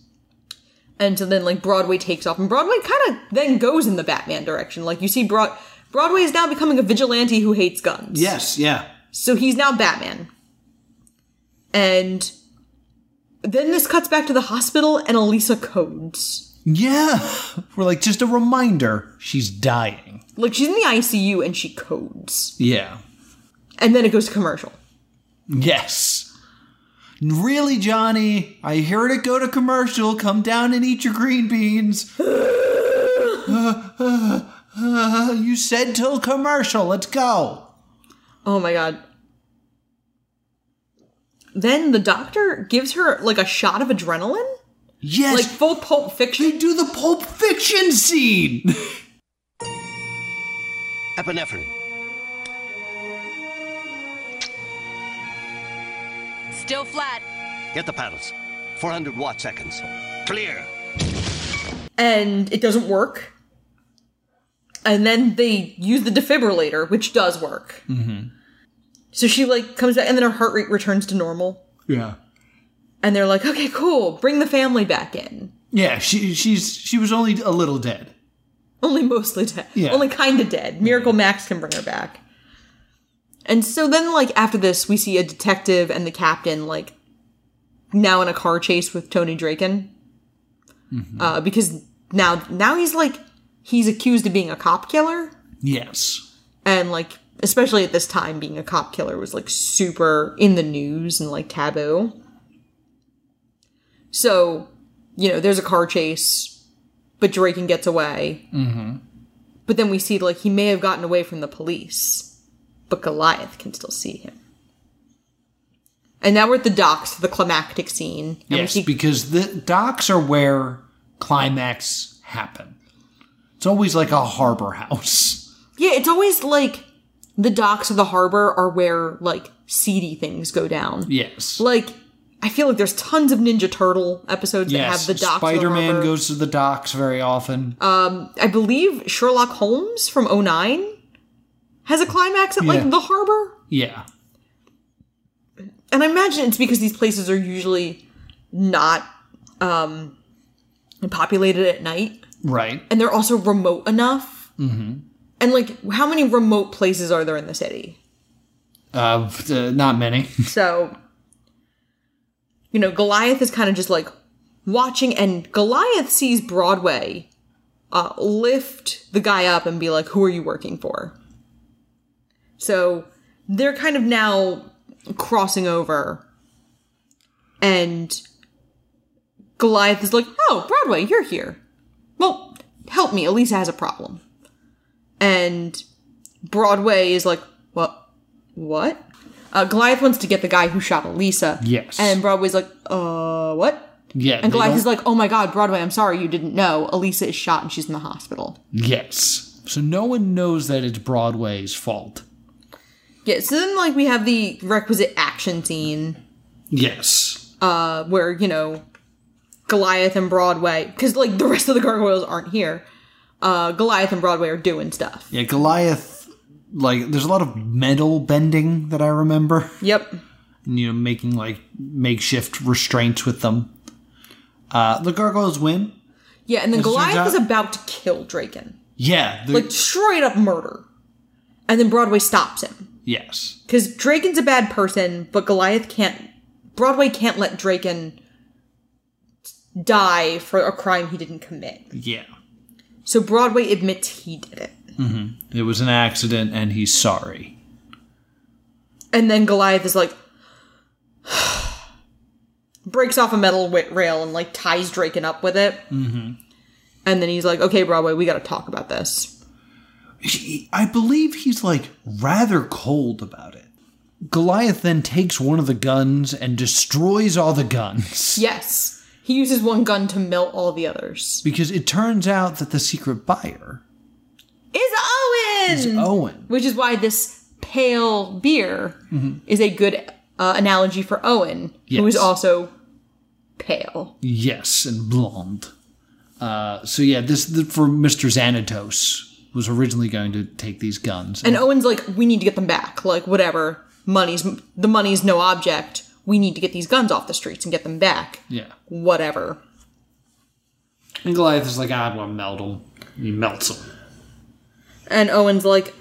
Speaker 1: And so then like Broadway takes off, and Broadway kind of then goes in the Batman direction. Like you see, Broad Broadway is now becoming a vigilante who hates guns.
Speaker 2: Yes, yeah.
Speaker 1: So he's now Batman. And then this cuts back to the hospital, and Elisa codes.
Speaker 2: Yeah. (laughs) We're like, just a reminder, she's dying.
Speaker 1: Like she's in the ICU and she codes.
Speaker 2: Yeah.
Speaker 1: And then it goes to commercial.
Speaker 2: Yes. Really, Johnny? I heard it go to commercial. Come down and eat your green beans. (laughs) Uh, uh, uh, you said till commercial. Let's go.
Speaker 1: Oh my god. Then the doctor gives her like a shot of adrenaline,
Speaker 2: Yes.
Speaker 1: like full Pulp Fiction.
Speaker 2: They do the Pulp Fiction scene.
Speaker 4: Epinephrine.
Speaker 6: Still flat.
Speaker 4: Get the paddles. 400 watt seconds. Clear.
Speaker 1: and it doesn't work.
Speaker 2: Mm-hmm.
Speaker 1: And then they use the defibrillator, which does work. So she like comes back and then her heart rate returns to normal.
Speaker 2: (laughs) Yeah.
Speaker 1: And they're like, okay, cool. Bring the family back in.
Speaker 2: Yeah, she she's she was only a little dead.
Speaker 1: Only mostly dead.
Speaker 2: Yeah.
Speaker 1: Only kind of dead. Miracle Max can bring her back. And so then, like, after this, we see a detective and the captain, like, now in a car chase with Tony Draken.
Speaker 2: Mm-hmm.
Speaker 1: Uh, because now, now he's like, he's accused of being a cop killer.
Speaker 2: Yes.
Speaker 1: And, like, especially at this time, being a cop killer was, like, super in the news and, like, taboo. So, you know, there's a car chase, but Draken gets away. But then we see, like, he may have gotten away from the police, but Goliath can still see him. And now we're at the docks, the climactic scene. And
Speaker 2: yes,
Speaker 1: we see,
Speaker 2: because the docks are where climax happen. It's always like a harbor house.
Speaker 1: yeah, it's always like the docks of the harbor are where, like, seedy things go down.
Speaker 2: (laughs) Yes.
Speaker 1: Like, I feel like there's tons of Ninja Turtle episodes
Speaker 2: yes.
Speaker 1: that have the docks. Uh, of the
Speaker 2: Spider-Man
Speaker 1: harbor.
Speaker 2: goes to the docks very often.
Speaker 1: I believe Sherlock Holmes from 09 has a climax at, like,
Speaker 2: Yeah.
Speaker 1: the harbor.
Speaker 2: yeah.
Speaker 1: and I imagine it's because these places are usually not um, populated at night,
Speaker 2: Right.
Speaker 1: and they're also remote enough. Mm-hmm. And like, how many remote places are there in the
Speaker 2: (laughs)
Speaker 1: city?
Speaker 2: Uh, uh, not many. (laughs)
Speaker 1: So, you know, Goliath is kind of just like watching, and Goliath sees Broadway uh, lift the guy up and be like, "Who are you working for?" So they're kind of now crossing over, and Goliath is like, "Oh, Broadway, you're here. Well, help me. Elisa has a problem." And Broadway is like, "What? What?" Uh, Goliath wants to get the guy who shot Elisa.
Speaker 2: Yes.
Speaker 1: And Broadway's like, "Uh, what?"
Speaker 2: yeah.
Speaker 1: And
Speaker 2: they
Speaker 1: Goliath
Speaker 2: don't-
Speaker 1: is like, "Oh my God, Broadway, I'm sorry you didn't know. Elisa is shot and she's in the hospital."
Speaker 2: Yes. So no one knows that it's Broadway's fault.
Speaker 1: Yeah. So then, like, we have the requisite action scene.
Speaker 2: Yes.
Speaker 1: where you know Goliath and Broadway, because like the rest of the gargoyles aren't here. Uh, Goliath and Broadway are doing stuff.
Speaker 2: Yeah, Goliath. Like, there's a lot of metal bending that I remember. (laughs)
Speaker 1: Yep.
Speaker 2: you know, making like makeshift restraints with them. Uh, the gargoyles win.
Speaker 1: Yeah, and then
Speaker 2: As it turns
Speaker 1: Goliath
Speaker 2: out-
Speaker 1: is about to kill Draken,
Speaker 2: Yeah. the-
Speaker 1: like straight up murder, and then Broadway stops him
Speaker 2: yes.
Speaker 1: because Draken's a bad person, but Goliath can't. Broadway can't let Draken die for a crime he didn't commit.
Speaker 2: Yeah.
Speaker 1: So Broadway admits he did it.
Speaker 2: It was an accident, and he's sorry.
Speaker 1: And then Goliath is like, (sighs) breaks off a metal wi- rail and like ties Draken up with it. Mm-hmm. And then he's like, okay, Broadway, we got to talk about this.
Speaker 2: He- I believe he's like rather cold about it. Goliath then takes one of the guns and destroys all the guns (laughs)
Speaker 1: Yes. He uses one gun to melt all the others.
Speaker 2: because it turns out that the secret buyer
Speaker 1: Is Owen!
Speaker 2: is Owen. Mm-hmm.
Speaker 1: Which is why this pale beer is a good uh, analogy for Owen, who is
Speaker 2: Yes.
Speaker 1: also pale.
Speaker 2: Yes, and blonde. Uh, so yeah, this the, for Mister Xanatos was originally going to take these guns,
Speaker 1: And Owen's like, we need to get them back. Like, whatever. Money's the money's no object. We need to get these guns off the streets and get them back.
Speaker 2: yeah.
Speaker 1: Whatever.
Speaker 2: And Goliath is like, I want to melt him. He melts him.
Speaker 1: And Owen's like,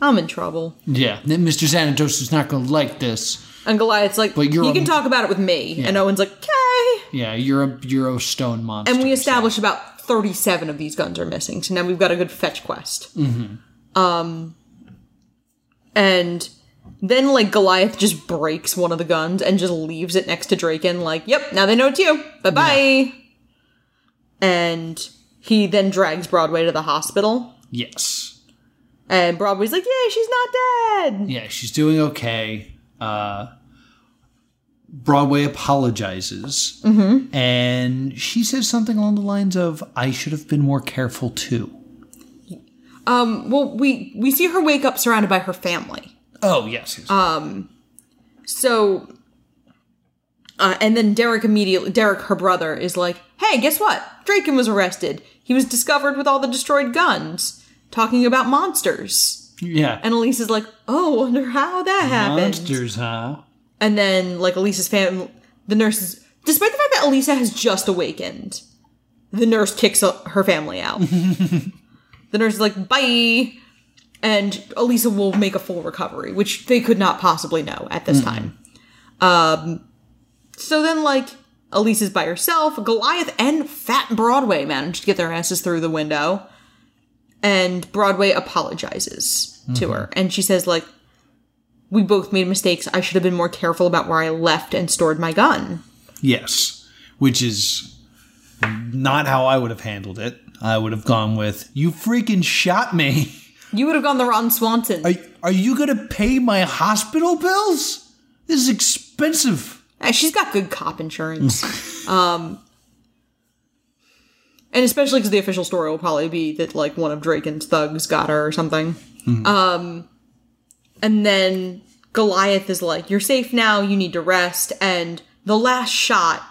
Speaker 1: I'm in trouble.
Speaker 2: Yeah. Then Mr. Xanatos is not going to like this.
Speaker 1: And Goliath's like,
Speaker 2: But you're
Speaker 1: you
Speaker 2: a-
Speaker 1: can talk about it with me. And Owen's like, okay.
Speaker 2: Yeah, you're a you're a stone monster.
Speaker 1: And we established about 37 of these guns are missing. So now we've got a good fetch quest. Mm-hmm. Um, and then, like, Goliath just breaks one of the guns and just leaves it next to Draken, like, yep, now they know it's you. Bye bye. And he then drags Broadway to the hospital.
Speaker 2: yes.
Speaker 1: And Broadway's like, yeah, she's not dead.
Speaker 2: Yeah, she's doing okay. Uh, Broadway apologizes, and she says something along the lines of, "I should have been more careful too."
Speaker 1: Um, well, we, we see her wake up surrounded by her family.
Speaker 2: Oh yes, yes.
Speaker 1: So, uh, and then Derek immediately, Derek, her brother, is like, hey, guess what? Draken was arrested. He was discovered with all the destroyed guns, talking about monsters.
Speaker 2: Yeah.
Speaker 1: And Elise is like, oh, wonder how that happened.
Speaker 2: Monsters, huh?
Speaker 1: And then, like, Elisa's family, the nurse is, despite the fact that Elisa has just awakened, the nurse kicks uh, her family out. the nurse is like, bye. And Elisa will make a full recovery, which they could not possibly know at this time. Um, so then, like, Elisa's by herself. Goliath and Fat Broadway manage to get their asses through the window. And Broadway apologizes to her. And she says, like, we both made mistakes. I should have been more careful about where I left and stored my gun.
Speaker 2: Yes. Which is not how I would have handled it. I would have gone with, you freaking shot me.
Speaker 1: You would have gone the Ron Swanson.
Speaker 2: Are, are you going to pay my hospital bills? This is expensive.
Speaker 1: Eh, She's got good cop (laughs) insurance. um, and especially because the official story will probably be that like one of Draken's thugs got her or something. Um, and then Goliath is like, "You're safe now. You need to rest." And the last shot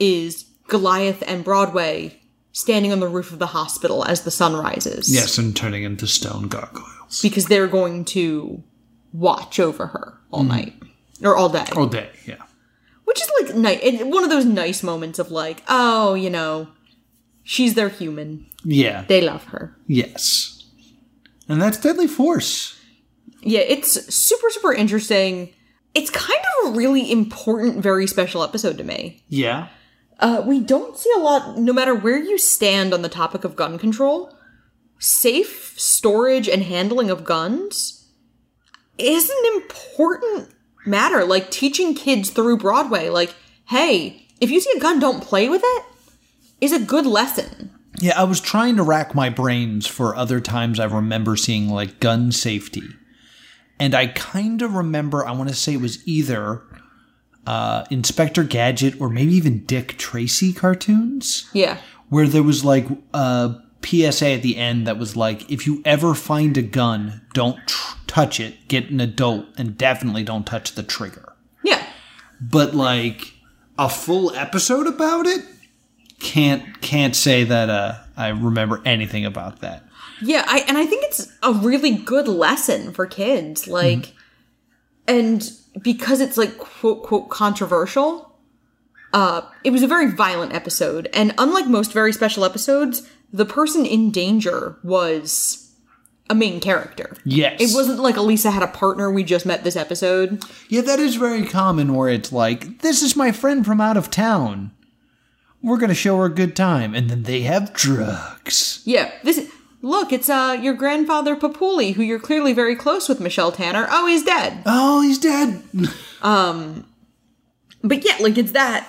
Speaker 1: is Goliath and Broadway standing on the roof of the hospital as the sun rises.
Speaker 2: Yes, I'm turning into stone gargoyles.
Speaker 1: because they're going to watch over her all night or all day,
Speaker 2: All day, yeah.
Speaker 1: which is like night. And one of those nice moments of like, oh, you know, she's their human.
Speaker 2: Yeah.
Speaker 1: They love her.
Speaker 2: Yes. And that's deadly force.
Speaker 1: Yeah, it's super super interesting. It's kind of a really important, very special episode to me.
Speaker 2: Yeah.
Speaker 1: Uh, we don't see a lot, no matter where you stand on the topic of gun control, safe storage and handling of guns is an important matter. Like teaching kids through Broadway, like, hey, if you see a gun, don't play with it, is a good lesson.
Speaker 2: Yeah, I was trying to rack my brains for other times I remember seeing like gun safety. And I kind of remember, I want to say it was either uh, Inspector Gadget or maybe even Dick Tracy cartoons
Speaker 1: Yeah.
Speaker 2: where there was like a PSA at the end that was like, if you ever find a gun, don't tr- touch it, get an adult, and definitely don't touch the trigger.
Speaker 1: Yeah.
Speaker 2: but like a full episode about it can't can't say that uh i remember anything about that
Speaker 1: Yeah, I and I think it's a really good lesson for kids, like, and because it's like quote quote controversial. Uh, it was a very violent episode, and unlike most very special episodes, the person in danger was a main character.
Speaker 2: yes
Speaker 1: It wasn't like Elisa had a partner we just met this episode.
Speaker 2: yeah that is very common where it's like this is my friend from out of town we're gonna show her a good time and then they have drugs
Speaker 1: Yeah, this look, it's uh your grandfather Papuli, who you're clearly very close with, Michelle Tanner. Oh, he's dead.
Speaker 2: oh he's dead
Speaker 1: but yeah, like it's that,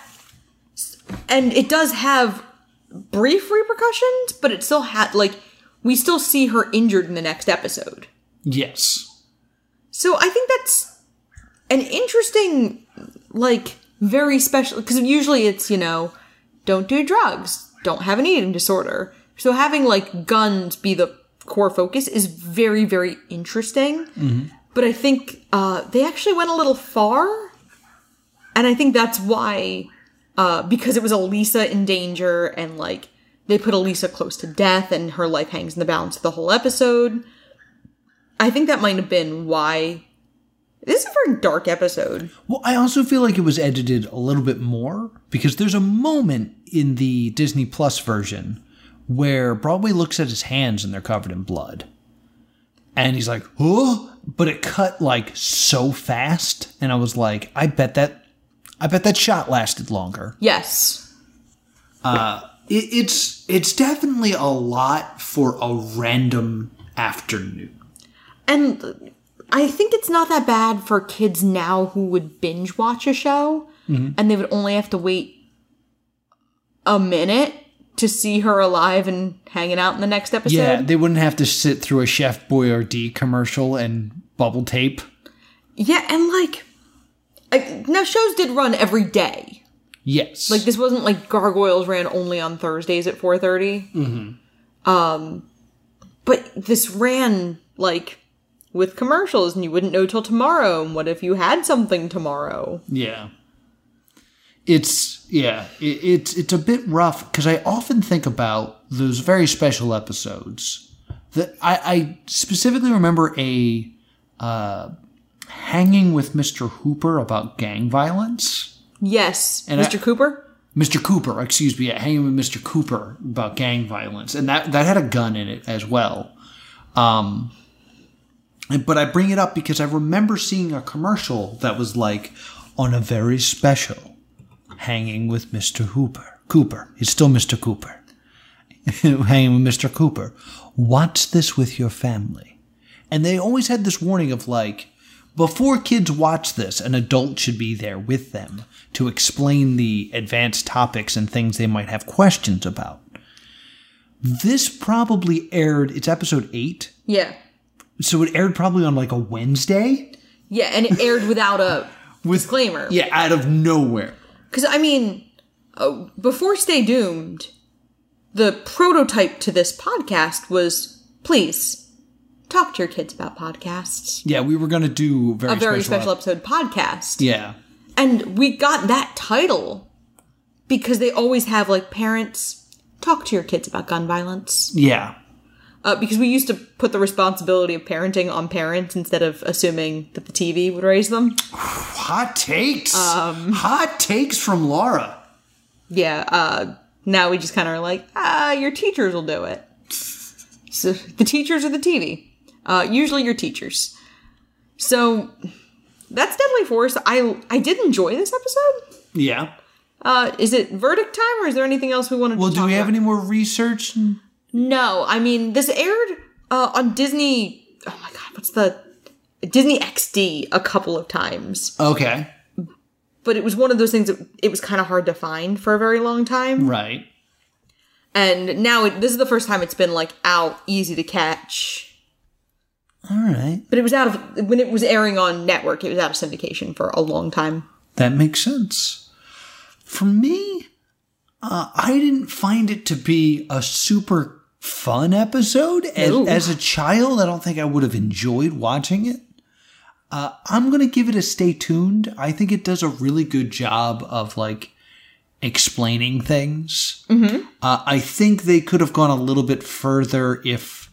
Speaker 1: and it does have brief repercussions, but it still had like we still see her injured in the next episode.
Speaker 2: yes
Speaker 1: So I think that's an interesting, like very special because usually it's you know don't do drugs, don't have an eating disorder. So having like guns be the core focus is very very interesting. But I think uh, they actually went a little far, and I think that's why uh, because it was Elisa in danger and like they put Elisa close to death and her life hangs in the balance of the whole episode. I think that might have been why. This is a very dark episode.
Speaker 2: Well, I also feel like it was edited a little bit more because there's a moment in the Disney Plus version where Broadway looks at his hands and they're covered in blood. And he's like, "Huh?" But it cut like so fast and I was like, "I bet that I bet that shot lasted longer."
Speaker 1: Yes.
Speaker 2: It, it's it's definitely a lot for a random afternoon.
Speaker 1: And I think it's not that bad for kids now who would binge watch a show and they would only have to wait a minute to see her alive and hanging out in the next episode.
Speaker 2: Yeah, they wouldn't have to sit through a Chef Boyardee commercial and bubble tape.
Speaker 1: Yeah, and like. I, now, shows did run every day.
Speaker 2: Yes.
Speaker 1: Like, this wasn't like Gargoyles ran only on Thursdays at 4.30. Mm-hmm. Um, but this ran, like, with commercials, and you wouldn't know till tomorrow. And what if you had something tomorrow?
Speaker 2: Yeah. It's yeah, it, it's it's a bit rough because I often think about those very special episodes The, I, I specifically remember a uh, hanging with Mr. Hooper about gang violence.
Speaker 1: Yes,
Speaker 2: And
Speaker 1: Mr.
Speaker 2: I-
Speaker 1: Cooper.
Speaker 2: Mr. Cooper, excuse me, yeah, hanging with Mr. Cooper about gang violence, and that that had a gun in it as well. Um, and- but I bring it up because I remember seeing a commercial that was like on a very special hanging with Mr. Hooper. Cooper, it's still Mr. Cooper. (laughs) hanging with Mr. Cooper. Watch this with your family, and they always had this warning of like. Before kids watch this, an adult should be there with them to explain the advanced topics and things they might have questions about. This probably aired, it's episode 8,
Speaker 1: Yeah,
Speaker 2: so it aired probably on like a Wednesday.
Speaker 1: yeah, and it aired without a
Speaker 2: (laughs) With,
Speaker 1: disclaimer.
Speaker 2: Yeah, out of nowhere.
Speaker 1: Because I mean, uh, before Stay Doomed, the prototype to this podcast was please talk to your kids about podcasts.
Speaker 2: Yeah, we were going to do very
Speaker 1: A very special
Speaker 2: ep-
Speaker 1: episode podcast.
Speaker 2: Yeah.
Speaker 1: And we got that title because they always have like parents talk to your kids about gun violence.
Speaker 2: Yeah.
Speaker 1: Uh, because we used to put the responsibility of parenting on parents instead of assuming that the TV would raise them.
Speaker 2: Hot takes.
Speaker 1: Um.
Speaker 2: Hot takes from Laura.
Speaker 1: Yeah, uh, now we just kind of are like, ah, your teachers will do it. So the teachers or the TV, uh, usually your teachers. So that's definitely forced. I I did enjoy this episode.
Speaker 2: Yeah.
Speaker 1: Uh, is it verdict time, or is there anything else we want to?
Speaker 2: Well,
Speaker 1: talk
Speaker 2: do we have
Speaker 1: about?
Speaker 2: any more research?
Speaker 1: No, I mean this aired uh, on Disney. Oh my god, what's the Disney XD a couple of times,
Speaker 2: Okay.
Speaker 1: but it was one of those things that it was kind of hard to find for a very long time.
Speaker 2: Right.
Speaker 1: and now it, this is the first time it's been like out easy to catch
Speaker 2: All right.
Speaker 1: but it was out of when it was airing on network it was out of syndication for a long time
Speaker 2: That makes sense. For me, uh, I didn't find it to be a super fun episode. As,
Speaker 1: No.
Speaker 2: as a child, I don't think I would have enjoyed watching it. Uh, I'm going to give it a stay tuned. I think it does a really good job of like explaining things. Uh, I think they could have gone a little bit further if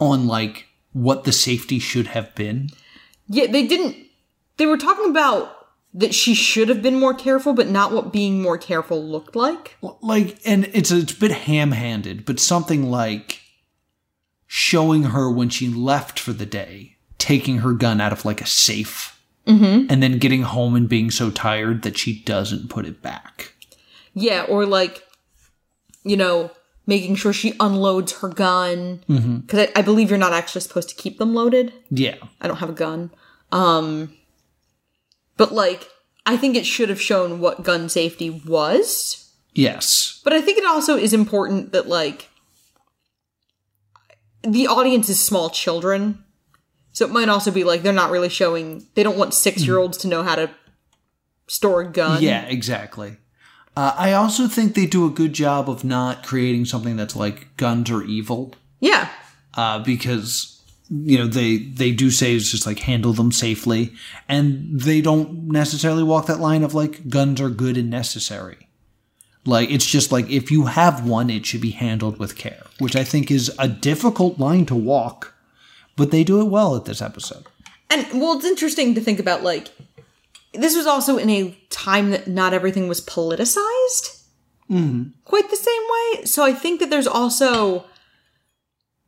Speaker 2: on like what the safety should have been.
Speaker 1: yeah they didn't they were talking about that she should have been more careful but not what being more careful looked like
Speaker 2: like and it's a, it's a bit ham-handed but something like showing her when she left for the day taking her gun out of like a safe and then getting home and being so tired that she doesn't put it back
Speaker 1: yeah or like you know making sure she unloads her gun because I, I believe you're not actually supposed to keep them loaded
Speaker 2: yeah
Speaker 1: I don't have a gun. Um but like I think it should have shown what gun safety was,
Speaker 2: yes
Speaker 1: but I think it also is important that like the audience is small children. So it might also be like they're not really showing they don't want 6-year-olds to know how to store a gun.
Speaker 2: yeah exactly uh, i also think they do a good job of not creating something that's like guns are evil
Speaker 1: Yeah.
Speaker 2: uh, because you know they they do say it's just like handle them safely, and they don't necessarily walk that line of like guns are good and necessary. Like it's just like if you have one, it should be handled with care, which I think is a difficult line to walk, but they do it well at this episode.
Speaker 1: And well, it's interesting to think about like this was also in a time that not everything was politicized quite the same way. So I think that there's also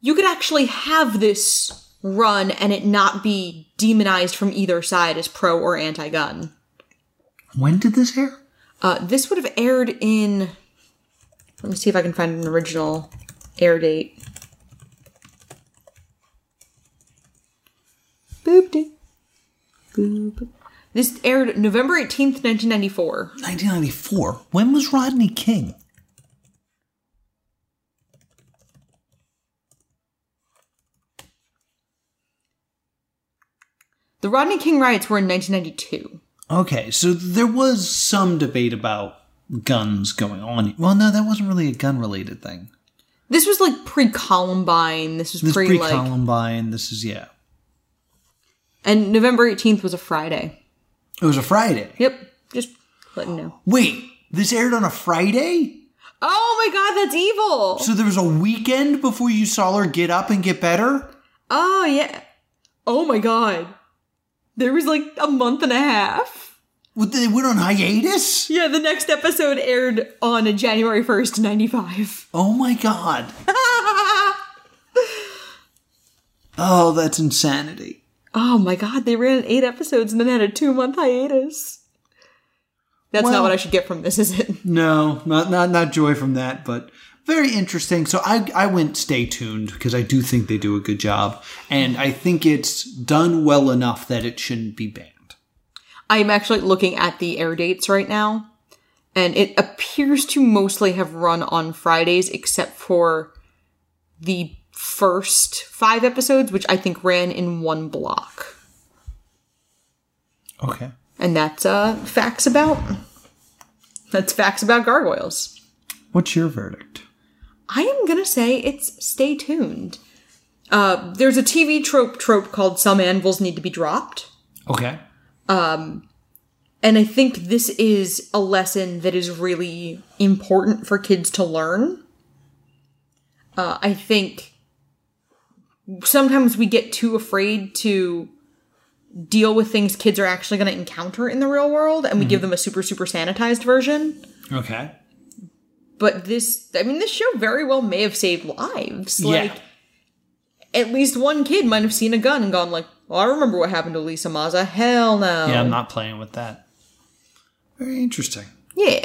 Speaker 1: you could actually have this run and it not be demonized from either side as pro or anti-gun.
Speaker 2: When did this air?
Speaker 1: Uh, this would have aired in. Let me see if I can find an original air date. Boop dee. Boop. This aired November 18th, 1994.
Speaker 2: 1994. When was Rodney King?
Speaker 1: The Rodney King riots were in 1992.
Speaker 2: Okay, so there was some debate about guns going on. Well, no, that wasn't really a gun related thing.
Speaker 1: This was like pre Columbine. This was
Speaker 2: This
Speaker 1: pre like.
Speaker 2: pre-Columbine. This is yeah.
Speaker 1: And November 18th was a Friday.
Speaker 2: It was a Friday.
Speaker 1: Yep. Just letting you know.
Speaker 2: Wait, this aired on a Friday?
Speaker 1: Oh my god, that's evil.
Speaker 2: So there was a weekend before you saw her get up and get better?
Speaker 1: Oh yeah. Oh my god. There was like a month and a half.
Speaker 2: What, They went on hiatus?
Speaker 1: Yeah, the next episode aired on January 1st, 95.
Speaker 2: Oh my god. Oh, that's insanity.
Speaker 1: (laughs) oh my god, they ran eight episodes and then had a two month hiatus. That's not
Speaker 2: Well-
Speaker 1: what I should get from this, is it? (laughs)
Speaker 2: No, not not not joy from that, but very interesting. So I I went stay tuned because I do think they do a good job, and I think it's done well enough that it shouldn't be banned.
Speaker 1: I'm actually looking at the air dates right now, and it appears to mostly have run on Fridays, except for the first five episodes, which I think ran in one block.
Speaker 2: Okay.
Speaker 1: And that's uh, facts about. That's facts about gargoyles.
Speaker 2: What's your verdict?
Speaker 1: I am gonna say it's stay tuned. Uh, there's a TV trope trope called "Some anvils need to be dropped."
Speaker 2: Okay.
Speaker 1: And I think this is a lesson that is really important for kids to learn. Uh, I think sometimes we get too afraid to deal with things kids are actually going to encounter in the real world, and we give them a super, super sanitized version.
Speaker 2: Okay.
Speaker 1: But this, I mean, this show very well may have saved lives. Like,
Speaker 2: yeah.
Speaker 1: at least one kid might have seen a gun and gone, like, well, I remember what happened to Lisa Maza. Hell no.
Speaker 2: Yeah, I'm not playing with that. Very interesting.
Speaker 1: Yeah.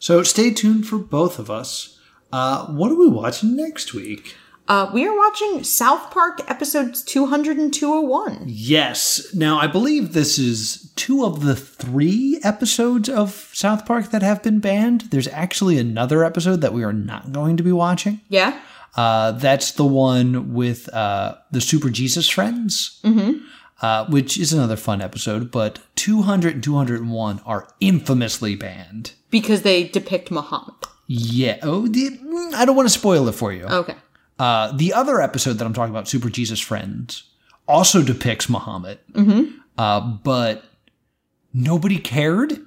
Speaker 2: So stay tuned for both of us. Uh, what are we watching next week?
Speaker 1: Uh, we are watching South Park episodes 200 and 201.
Speaker 2: Yes. Now, I believe this is two of the three episodes of South Park that have been banned. There's actually another episode that we are not going to be watching.
Speaker 1: Yeah?
Speaker 2: Uh, that's the one with uh, the Super Jesus Friends, mm-hmm. uh, which is another fun episode, but 200 and 201 are infamously banned.
Speaker 1: Because they depict Muhammad.
Speaker 2: Yeah. Oh, the, mm, I don't want to spoil it for you.
Speaker 1: Okay.
Speaker 2: Uh, the other episode that I'm talking about, Super Jesus Friends, also depicts Muhammad,
Speaker 1: Mm-hmm.
Speaker 2: uh, but nobody cared.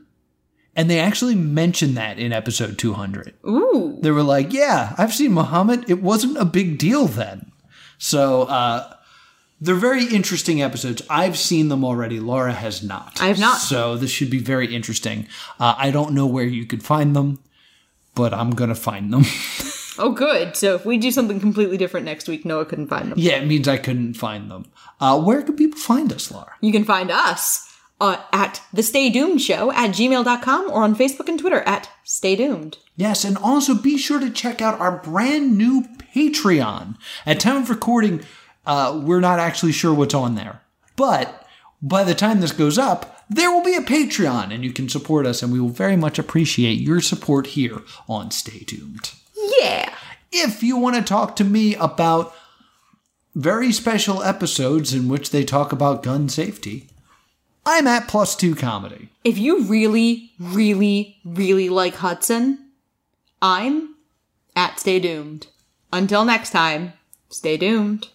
Speaker 2: And they actually mentioned that in episode 200.
Speaker 1: Ooh.
Speaker 2: They were like, yeah, I've seen Muhammad. It wasn't a big deal then. So uh, they're very interesting episodes. I've seen them already. Laura has not.
Speaker 1: I have not.
Speaker 2: So this should be very interesting. Uh, I don't know where you could find them, but I'm going to find them. (laughs)
Speaker 1: Oh, good. So if we do something completely different next week, Noah couldn't find them.
Speaker 2: Yeah, it means I couldn't find them. Uh, where can people find us, Laura?
Speaker 1: You can find us uh, at the Stay Doomed Show at gmail.com or on Facebook and Twitter at Stay Doomed.
Speaker 2: Yes, and also be sure to check out our brand new Patreon. At time of recording, uh, we're not actually sure what's on there, but by the time this goes up, there will be a Patreon, and you can support us, and we will very much appreciate your support here on Stay Doomed.
Speaker 1: Yeah.
Speaker 2: If you want to talk to me about very special episodes in which they talk about gun safety, I'm at Plus Two Comedy.
Speaker 1: If you really, really, really like Hudson, I'm at Stay Doomed. Until next time, stay doomed.